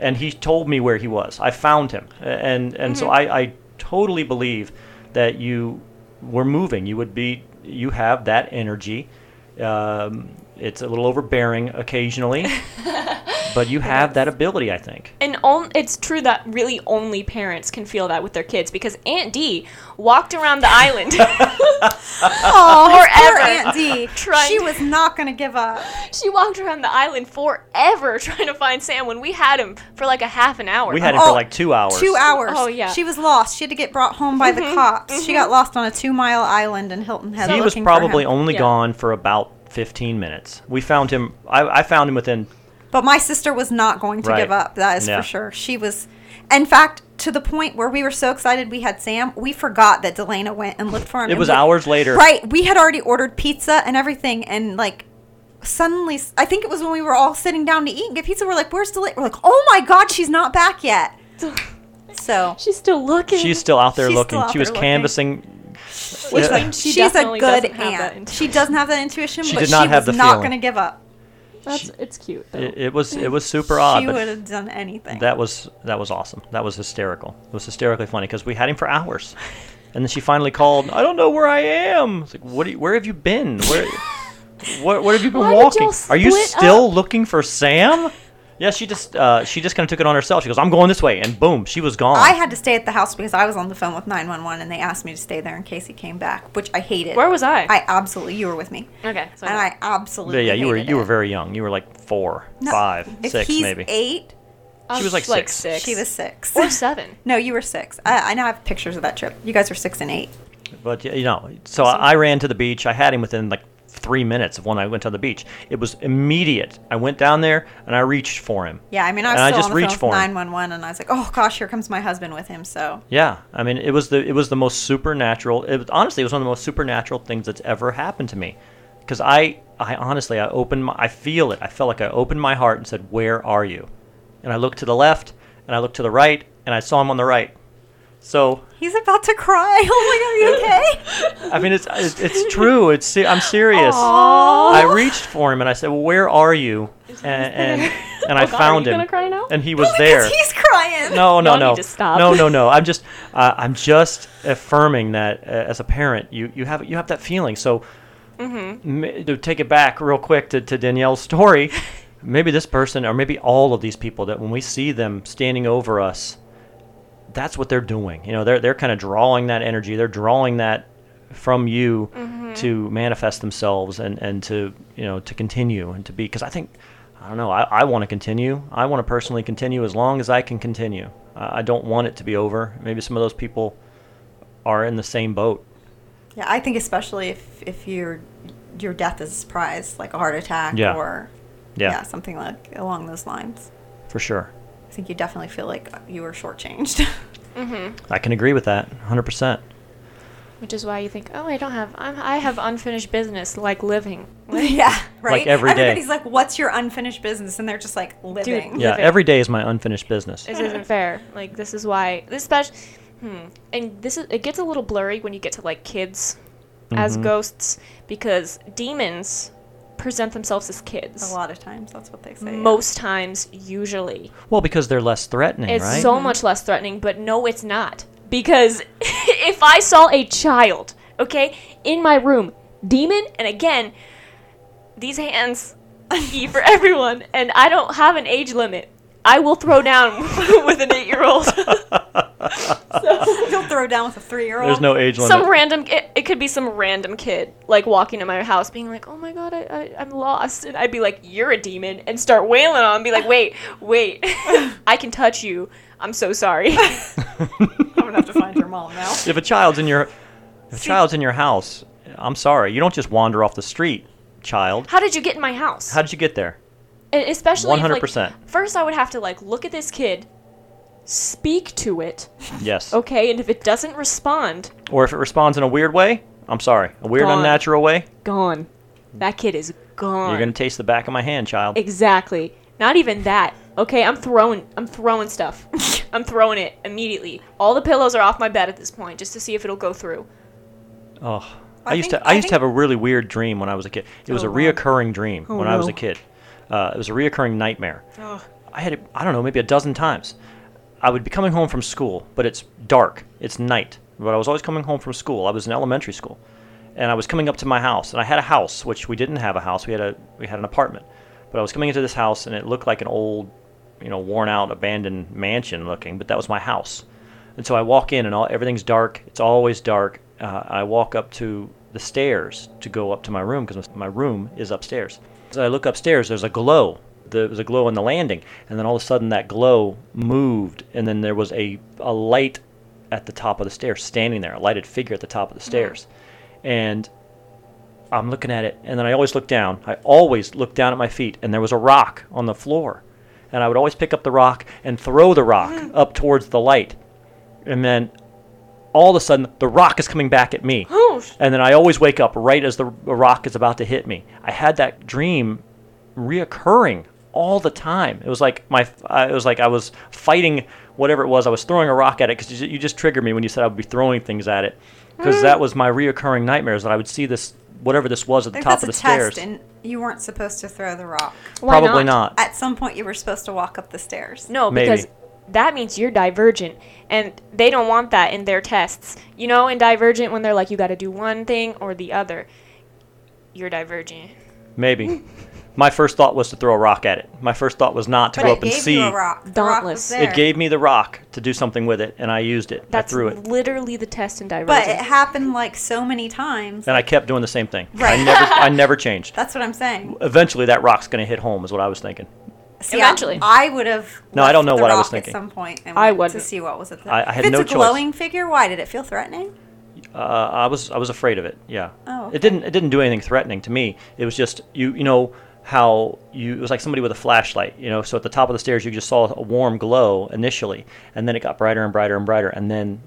S1: and he told me where he was. I found him, A- and and so I, I totally believe that you were moving. You would be. You have that energy. Um, it's a little overbearing occasionally, but you have that ability. I think.
S2: And on, it's true that really only parents can feel that with their kids because Aunt D walked around the island.
S3: Oh,
S2: Forever.
S3: poor Aunt D.
S2: Trying
S3: she
S2: to-
S3: was not going to give up.
S2: she walked around the island forever trying to find Sam when we had him for like a half an hour.
S1: We had him
S3: Oh,
S1: for like two hours.
S3: Two hours.
S2: Oh, yeah. Mm-hmm.
S3: She was lost. She had to get brought home by the cops. She got lost on a two mile island in Hilton Head.
S1: He was
S3: looking for him.
S1: probably only
S2: Yeah.
S1: gone for about fifteen minutes. We found him. I, I found him within.
S3: But my sister was not going to
S1: Right.
S3: give up. That is
S1: Yeah.
S3: for sure. She was, in fact, to the point where we were so excited we had Sam, we forgot that Delana went and looked for him.
S1: It
S3: and
S1: was
S3: looked-
S1: hours later.
S3: Right. We had already ordered pizza and everything, and like suddenly, s- I think it was when we were all sitting down to eat and get pizza. We're like, "Where's Delana?" We're like, "Oh my God, she's not back yet." So
S2: She's still looking.
S1: She's still out there
S3: She's still
S1: looking.
S3: out
S1: she was
S3: there looking.
S1: canvassing
S3: which
S1: Yeah.
S3: like,
S2: She
S3: she's a
S2: definitely
S3: good
S2: doesn't have that
S3: aunt. She doesn't have that intuition,
S1: She
S3: but
S1: did not
S3: she
S1: have
S3: was
S1: the
S3: not
S1: feeling.
S3: going to give up.
S2: That's it's cute though.
S1: It, it was it was super odd.
S3: she
S1: but
S3: would have done anything.
S1: That was that was awesome. That was hysterical. It was hysterically funny because we had him for hours, and then she finally called. I don't know where I am. It's like, what? do you- where have you been? Where? what, what have you been
S2: Why did
S1: walking?
S2: y'all
S1: Are you
S2: split
S1: still
S2: up?
S1: looking for Sam? Yeah, she just uh, she just kind of took it on herself. She goes, "I'm going this way," and boom, she was gone.
S3: I had to stay at the house because I was on the phone with 911 and they asked me to stay there in case he came back, which I hated.
S2: Where was I?
S3: I absolutely, you were with me.
S2: okay. So
S3: And I absolutely
S1: But yeah, you were
S3: hated
S1: you
S3: it.
S1: were very young. You were like four,
S3: No,
S1: five,
S3: if
S1: six,
S3: he's
S1: maybe.
S3: eight,
S2: I
S1: she
S2: Oh,
S1: was, like, six.
S3: she was six.
S2: or seven.
S3: no, you were six. I, I now have pictures of that trip. You guys were six and eight.
S1: But you know, so I, I ran to the beach. I had him within like three minutes of when I went to the beach. It was immediate. I went down there and I reached for him.
S3: Yeah, I mean, I was
S1: And I
S3: still
S1: just
S3: on the
S1: reached
S3: phone
S1: for
S3: with
S1: 'em.
S3: 911, and I was like, oh gosh, here comes my husband with him. So
S1: Yeah, I mean, it was the it was the most supernatural. It was, honestly, it was one of the most supernatural things that's ever happened to me, because I I honestly I opened my I feel it. I felt like I opened my heart and said, "Where are you?" And I looked to the left and I looked to the right and I saw him on the right. So
S3: he's about to cry. Oh my God, are you okay?
S1: I mean, it's it's, it's true. It's se- I'm serious. I
S2: Oh.
S1: reached for him and I said, well, "Where are you?" And and, and I
S2: Oh God, are
S1: found
S2: you
S1: him.
S2: gonna cry now?
S1: And he was
S3: Because
S1: there.
S3: he's crying.
S1: No, no,
S2: Y'all need
S1: no.
S2: to stop.
S1: No, no, no. I'm just, uh, I'm just affirming that uh, as a parent, you, you have you have that feeling. So,
S2: Mm-hmm.
S1: m- to take it back real quick to, to Danielle's story, maybe this person or maybe all of these people that when we see them standing over us, that's what they're doing. You know, they're they're kind of drawing that energy. They're drawing that from you
S2: Mm-hmm.
S1: to manifest themselves and and to you know to continue and to be because I think I don't know I, I want to continue I want to personally continue as long as I can continue I I don't want it to be over maybe some of those people are in the same boat
S3: Yeah, I think especially if if your your death is a surprise, like a heart attack
S1: Yeah.
S3: or
S1: yeah,
S3: something like along those lines.
S1: for sure
S3: I think you definitely feel like you were shortchanged.
S1: I can agree with that 100 percent
S2: Which is why you think, oh, I don't have, I'm, I have unfinished business, like living.
S3: yeah, right.
S1: every day.
S3: Everybody's like, "What's your unfinished business?" and they're just like living.
S1: yeah
S2: Living.
S1: every day is my unfinished business
S2: this isn't fair. Like this is why this special. Hmm. And this is it gets a little blurry when you get to like kids as
S1: Mm-hmm.
S2: ghosts because demons present themselves as
S3: A
S2: kids.
S3: lot of times, that's what they say. yeah.
S2: Most times, usually,
S1: well because they're less threatening
S2: it's
S1: right
S2: so much less threatening. But no, it's not because if I saw a child, okay, in my room, demon, and again, these hands E for everyone, and I don't have an age limit. I will throw down with an eight-year-old.
S3: You'll throw down with a three-year-old.
S1: there's no age limit
S2: some random it, it could be some random kid like walking to my house being like oh my god I, I, i'm lost and i'd be like you're a demon and start wailing on him be like wait wait i can touch you i'm so sorry
S3: I'm gonna have to find your mom now.
S1: if a child's in your if a child's in your house i'm sorry you don't just wander off the street child
S2: how did you get in my house
S1: how did you get there
S2: E- especially if, like,
S1: 100%.
S2: first i would have to like look at this kid speak to it
S1: yes
S2: okay and if it doesn't respond
S1: or if it responds in a weird way i'm sorry a weird
S2: Gone.
S1: unnatural way
S2: gone that kid is gone
S1: you're gonna taste the back of my hand child
S2: Exactly. Not even that. Okay, I'm throwing I'm throwing stuff. I'm throwing it immediately. All the pillows are off my bed at this point just to see if it'll go through.
S1: oh i,
S3: I
S1: used
S3: think-
S1: to i,
S3: I
S1: used to
S3: think-
S1: have a really weird dream when i was a kid it was
S2: Oh,
S1: a
S2: wow. Oh,
S1: reoccurring dream when i was
S2: no.
S1: a kid uh, it was a reoccurring nightmare I had it, I don't know, maybe a dozen times. I would be coming home from school, but it's dark, it's night. But I was always coming home from school. I was in elementary school, and I was coming up to my house, and I had a house, which we didn't have a house. We had a we had an apartment, but I was coming into this house, and it looked like an old, you know, worn out, abandoned mansion looking. But that was my house, and so I walk in, and all everything's dark. It's always dark. Uh, I walk up to the stairs to go up to my room because my room is upstairs. So I look upstairs. There's a glow. There was a glow on the landing, and then all of a sudden that glow moved, and then there was a a light at the top of the stairs, standing there, a lighted figure at the top of the stairs, and I'm looking at it, and then I always look down. I always look down at my feet, and there was a rock on the floor, and I would always pick up the rock and throw the rock up towards the light, and then all of a sudden the rock is coming back at me.
S2: Oh, sh-
S1: And then I always wake up right as the the rock is about to hit me. I had that dream reoccurring all the time. It was like my I it was like I was fighting whatever it was. I was throwing a rock at it because you, you just triggered me when you said I would be throwing things at it because that was my reoccurring nightmares that I would see this whatever this was at the
S3: I think
S1: top
S3: that's
S1: of the
S3: a test,
S1: stairs.
S3: and you weren't supposed to throw the rock.
S2: Why
S1: Probably
S2: not?
S1: not.
S3: At some point, you were supposed to walk up the stairs.
S2: No,
S1: Maybe.
S2: because that means you're divergent and they don't want that in their tests. You know, in divergent when they're like you got to do one thing or the other. You're divergent.
S1: Maybe. My first thought was to throw a rock at it. My first thought was not to
S3: but
S1: go
S3: it
S1: up and
S3: gave
S1: see.
S3: you a rock. The rock
S2: Dauntless.
S3: was there.
S1: It gave me the rock to do something with it, and I used it.
S2: That's
S1: I threw it.
S2: literally the test in divergent.
S3: But it happened like so many times.
S1: and I kept doing the same thing. I
S3: Right.
S1: never, I never changed.
S3: That's what I'm saying.
S1: Eventually, that rock's going to hit home, is what I was thinking.
S3: See,
S2: Eventually.
S3: I, I would have.
S1: No, I
S3: left
S1: don't know
S3: the
S1: what I
S3: rock
S1: was thinking.
S3: At some point, and
S2: I
S3: went to
S2: wouldn't.
S3: see what was at the.
S1: I- I had
S3: if it's
S1: no
S3: a
S1: choice.
S3: glowing figure, why did it feel threatening?
S1: Uh, I was I was afraid of it. Yeah.
S3: Oh, okay.
S1: It didn't it didn't do anything threatening to me. It was just you you know how you it was like somebody with a flashlight. You know, so at the top of the stairs you just saw a warm glow initially, and then it got brighter and brighter and brighter, and then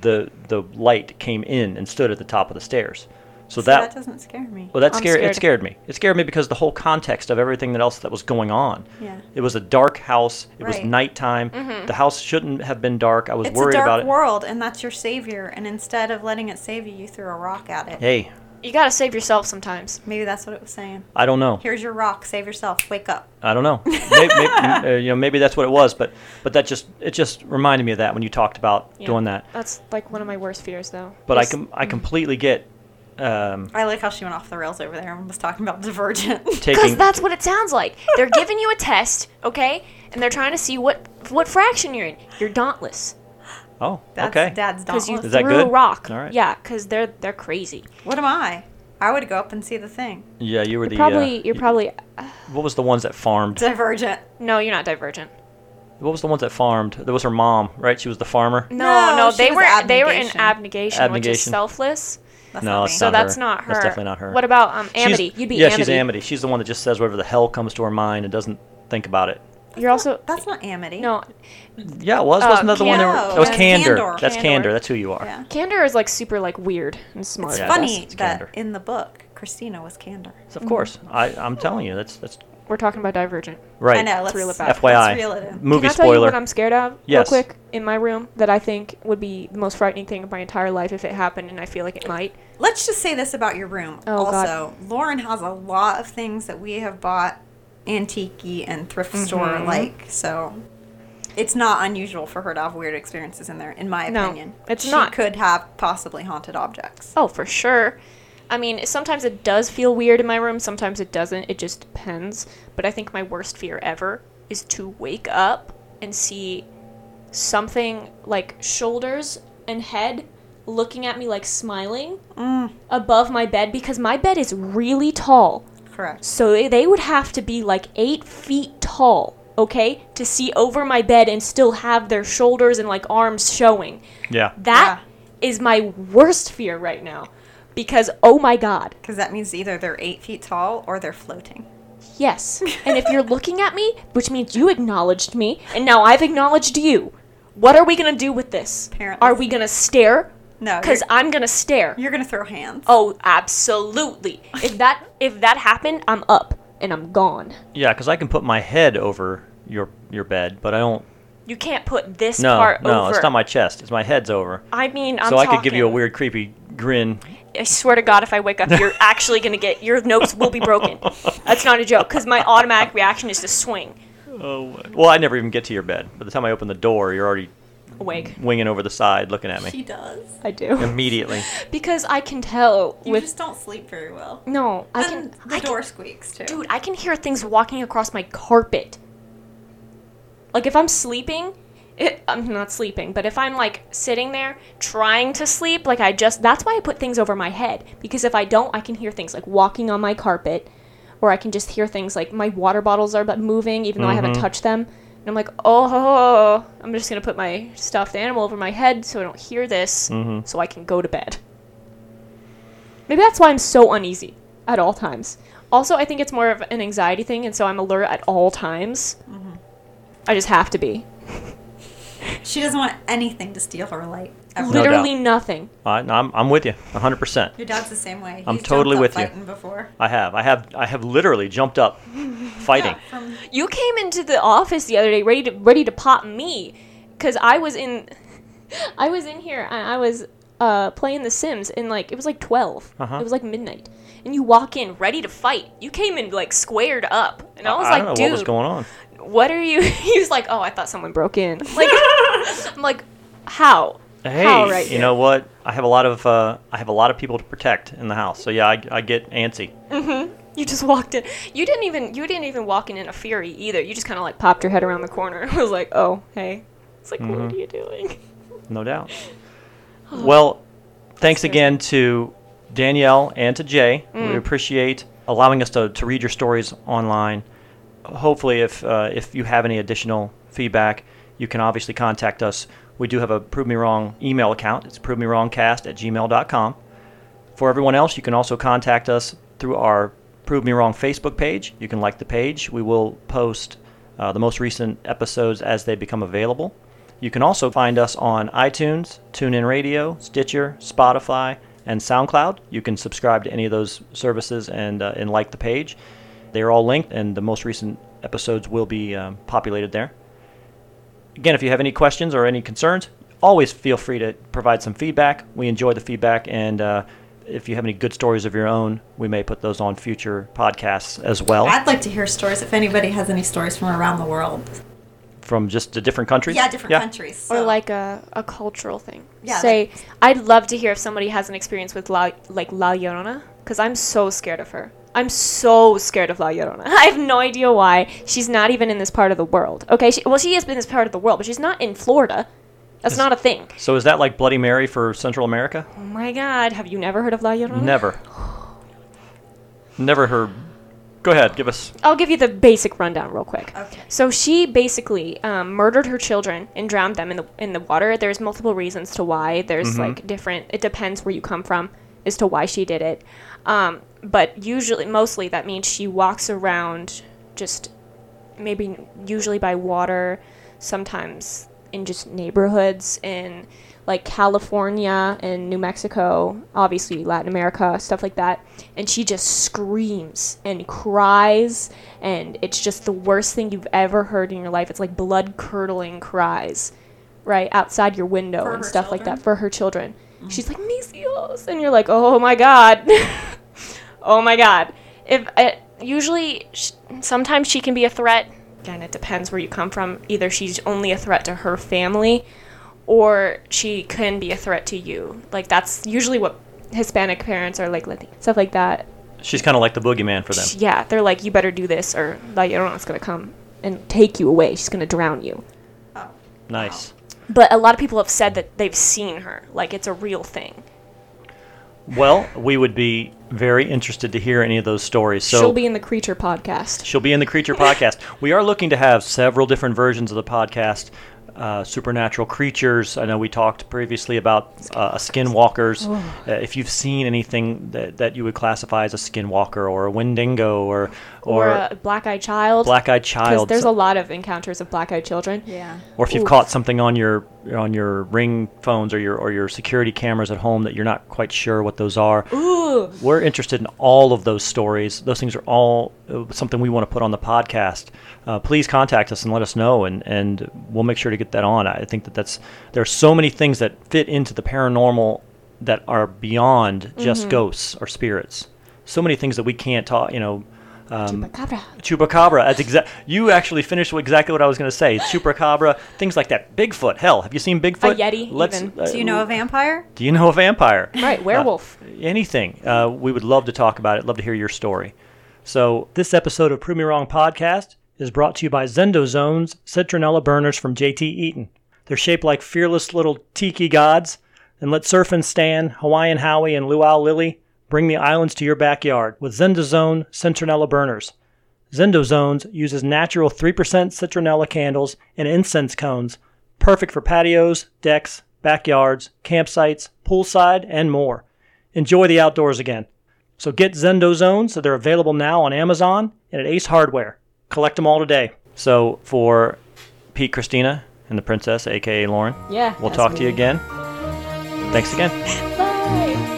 S1: the the light came in and stood at the top of the stairs. So,
S3: So
S1: that,
S3: that doesn't scare me.
S1: well that
S2: I'm
S1: scared it
S2: scared.
S1: scared me. It scared me because the whole context of everything that else that was going on.
S3: Yeah.
S1: It was a dark house. It was
S3: Right. Mm-hmm.
S1: nighttime. The house shouldn't have been dark. I was
S3: It's a
S1: worried
S3: dark
S1: about it.
S3: world, and that's your savior. And instead of letting it save you, you threw a rock at it.
S1: Hey,
S2: You gotta save yourself sometimes.
S3: Maybe that's what it was saying.
S1: I don't know.
S3: Here's your rock. Save yourself. Wake up.
S1: I don't know. Maybe, uh, you know, maybe that's what it was, but but that just it just reminded me of that when you talked about
S2: Yeah. Mm-hmm.
S1: doing that.
S2: That's like one of my worst fears, though.
S1: But I
S2: Just-
S1: com- I completely get um,
S3: I like how she went off the rails over there and was talking about Divergent.
S1: taking
S2: Because that's what it sounds like. They're giving you a test, okay, and they're trying to see what what fraction you're in. You're dauntless
S1: oh
S3: That's
S1: okay
S3: Dad's
S2: because you
S3: dauntless.
S1: Is
S2: threw
S1: that
S2: a
S1: good?
S2: rock.
S1: All right.
S2: Yeah, because they're they're crazy.
S3: What am I? I would go up and see the thing.
S1: yeah you were
S2: You're
S1: the
S2: probably
S1: uh,
S2: you're
S1: y-
S2: probably
S1: what was the ones that farmed
S3: Divergent.
S2: no, you're not divergent.
S1: what was the ones that farmed there was her mom right she was the farmer
S2: No, no,
S3: No, she
S2: they
S3: was
S2: were they were in
S3: abnegation.
S2: abnegation, which is
S1: Abnegation.
S2: selfless.
S3: That's
S1: No,
S3: not
S1: it's
S3: me.
S2: So
S1: not
S2: that's
S1: her.
S2: not her.
S1: That's definitely not her.
S2: What about um
S1: She's-
S2: Amity? You'd be
S1: yeah
S2: Amity.
S1: she's Amity she's the one that just says whatever the hell comes to her mind and doesn't think about it
S2: You're also
S3: That's not Amity.
S2: no.
S1: yeah it was
S2: Uh,
S1: wasn't that the one that, were, that
S3: Candor.
S1: was
S3: Yeah.
S1: candor,
S3: Candor.
S1: that's
S2: Candor.
S1: candor that's who you are
S3: Yeah.
S2: Candor is like super like weird and smart.
S3: It's
S1: Oh, Yeah, that's-
S3: funny
S1: it's
S3: that
S1: candor.
S3: in the book, Christina was candor.
S1: So, of course
S2: Mm-hmm.
S1: I I'm telling you that's that's
S2: We're talking about divergent.
S1: right
S3: I know. Let's,
S2: reel it back.
S3: let's
S1: FYI
S3: reel it in.
S1: movie
S2: Can I tell you
S1: spoiler
S2: what I'm scared of?
S1: Yes.
S2: Real quick, in my room, that I think would be the most frightening thing of my entire life if it happened, and I feel like it might.
S3: Let's just say this about your room.
S2: Oh, God.
S3: also, Lauren has a lot of things that we have bought antique and thrift
S2: Mm-hmm.
S3: store like, so it's not unusual for her to have weird experiences in there, in my
S2: No,
S3: opinion.
S2: it's
S3: she
S2: not.
S3: could have possibly haunted objects.
S2: Oh, for sure. I mean, sometimes it does feel weird in my room, sometimes it doesn't. It just depends. But I think my worst fear ever is to wake up and see something like shoulders and head looking at me like smiling above my bed because my bed is really tall.
S3: Correct.
S2: So they- they would have to be like eight feet tall, okay, to see over my bed and still have their shoulders and like arms showing.
S1: yeah
S2: That is my worst fear right now. Because, oh my God,
S3: Because that means either they're eight feet tall or they're floating.
S2: yes. And if you're looking at me, which means you acknowledged me, and now I've acknowledged you, what are we going to do with this?
S3: Apparently.
S2: Are we going to stare?
S3: No,
S2: Because I'm going to stare.
S3: You're gonna throw hands.
S2: Oh, absolutely. If that if that happened, I'm up and I'm gone.
S1: Yeah, because I can put my head over your your bed, but I don't.
S2: You can't put this
S1: No,
S2: part
S1: no,
S2: over.
S1: it's not my chest. It's my head's over.
S2: I mean, I'm
S1: so I could give you a
S2: talking.
S1: weird, creepy grin.
S2: I swear to God, if I wake up, you're actually gonna get your nose will be broken. That's not a joke, because my automatic reaction is to swing
S1: Oh. Well, I never even get to your bed. By the time I open the door, you're already
S2: awake.
S1: winging over the side, looking at me
S3: does.
S2: I do
S1: immediately.
S2: because I can tell
S3: You
S2: with
S3: just don't sleep very well.
S2: no, I can.
S3: and the
S2: I
S3: door
S2: can,
S3: squeaks too.
S2: dude, I can hear things walking across my carpet. Like if I'm sleeping, it, I'm not sleeping, but if I'm like sitting there trying to sleep, like I just that's why I put things over my head because if I don't, I can hear things like walking on my carpet, or I can just hear things like my water bottles are but moving even though I haven't touched them, and I'm like, oh, I'm just gonna put my stuffed animal over my head so I don't hear this, so I can go to bed. Maybe that's why I'm so uneasy at all times. Also, I think it's more of an anxiety thing, and so I'm alert at all times. I just have to be.
S3: She doesn't want anything to steal her light. ever.
S1: doubt.
S2: Literally nothing.
S1: I, I'm I'm with you, 100. percent
S3: Your dad's the same way.
S1: I'm
S3: He's jumped
S1: totally
S3: up
S1: with you.
S3: fighting Before.
S1: I have, I have, I have literally jumped up, fighting.
S3: Yeah, from
S2: You came into the office the other day ready to ready to pop me, cause I was in, I was in here and I was uh, playing The Sims and like it was like 12
S1: Uh-huh.
S2: It was like midnight, and you walk in ready to fight. You came in like squared up, and I was
S1: I
S2: like,
S1: don't know
S2: dude,
S1: what was going on.
S2: what are you? he was like, oh, I thought someone broke in. Like, I'm like, how?
S1: Hey,
S2: how right
S1: you know what? I have a lot of uh, I have a lot of people to protect in the house, so yeah, I, I get antsy.
S2: You just walked in. You didn't even you didn't even walk in in a fury either. You just kind of like popped your head around the corner and was like, "Oh, hey." It's like,
S1: Mm-hmm.
S2: "What are you doing?"
S1: No doubt. Well, thanks
S2: Seriously.
S1: again to Danielle and to Jay. We appreciate allowing us to, to read your stories online. Hopefully, if uh, if you have any additional feedback, you can obviously contact us. We do have a Prove Me Wrong email account. It's prove me wrong cast at gmail.com. For everyone else, you can also contact us through our Prove Me Wrong Facebook page. You can like the page. We will post uh, the most recent episodes as they become available. You can also find us on iTunes, TuneIn Radio, Stitcher, Spotify, and SoundCloud. You can subscribe to any of those services and, uh, and like the page. They're all linked, and the most recent episodes will be um, populated there. Again, if you have any questions or any concerns, always feel free to provide some feedback. We enjoy the feedback, and uh, if you have any good stories of your own, we may put those on future podcasts as well
S3: I'd like to hear stories if anybody has any stories from around the world.
S1: from just the different countries.
S3: Yeah, different countries.
S2: or
S3: so-
S2: like a, a cultural thing.
S3: Yeah,
S2: Say, I'd love to hear if somebody has an experience with La, like La Llorona, because I'm so scared of her. I'm so scared of La Llorona. I have no idea why. She's not even in this part of the world. Okay, she, well, she is in this part of the world, but she's not in Florida. That's not a thing.
S1: So is that like Bloody Mary for Central America?
S2: Oh
S3: Mm-hmm.
S2: my God, have you never heard of La Llorona?
S1: Never. Never heard. Go ahead, give us.
S2: I'll give you the basic rundown real quick.
S3: Okay.
S2: So she basically um, murdered her children and drowned them in the in the water. There's multiple reasons to why. There's like different. It depends where you come from as to why she did it. Um, but usually, mostly that means she walks around just maybe usually by water, sometimes in just neighborhoods in like California and New Mexico, obviously Latin America, stuff like that. And she just screams and cries, and it's just the worst thing you've ever heard in your life. It's like blood curdling cries, right outside your window
S3: For
S2: and
S3: her
S2: stuff like
S3: children? Mm-hmm.
S2: that for her children. She's like Misios, and you're like, oh my god. oh my god if I, usually sh- sometimes she can be a threat again it depends where you come from either she's only a threat to her family or she can be a threat to you like that's usually what hispanic parents are like Latin- stuff like that
S1: She's kind of like the boogeyman for them.
S2: yeah they're like you better do this or La Llorona's gonna come and take you away she's gonna drown you
S3: Oh.
S1: Nice.
S2: but a lot of people have said that they've seen her like it's a real thing
S1: Well, we would be very interested to hear any of those stories. So
S2: she'll be in the creature podcast
S1: She'll be in the Creature podcast. We are looking to have several different versions of the podcast. Uh, supernatural creatures. I know we talked previously about uh, skinwalkers. Uh, if you've seen anything that, that you would classify as a skinwalker or a wendigo or or,
S2: or, a black-eyed child
S1: black-eyed
S2: because
S1: child,
S2: there's a lot of encounters of black-eyed children
S3: Yeah.
S1: or if you've
S2: Oof.
S1: caught something on your on your ring phones or your or your security cameras at home that you're not quite sure what those are.
S2: Ooh.
S1: We're interested in all of those stories. Those things are all uh, something we want to put on the podcast. Uh, please contact us and let us know, and, and we'll make sure to get that on. I think that that's there are so many things that fit into the paranormal that are beyond just ghosts or spirits. So many things that we can't talk. You know, um,
S2: Chupacabra.
S1: chupacabra. That's exact. You actually finished what- exactly what I was going to say. Chupacabra, things like that. Bigfoot. Hell, have you seen Bigfoot? uh,
S2: yeti, even.
S3: Do you know a vampire?
S1: Do you know a vampire?
S2: Right, werewolf.
S1: anything. Uh, we would love to talk about it. Love to hear your story. So, this episode of Prove Me Wrong podcast is brought to you by Zendo Zones Citronella Burners from JT Eaton. They're shaped like fearless little tiki gods and let Surf and Stan, Hawaiian Howie, and Luau Lily bring the islands to your backyard with Zendo Zone Citronella Burners. Zendo Zones uses natural 3% citronella candles and incense cones, perfect for patios, decks, backyards, campsites, poolside, and more. Enjoy the outdoors again. So get Zendo Zones. So they're available now on Amazon and at Ace Hardware. Collect them all today. So for Pete, Christina, and the princess, aka Lauren,
S2: Yeah.
S1: we'll talk to you again. Thanks again.
S2: Bye.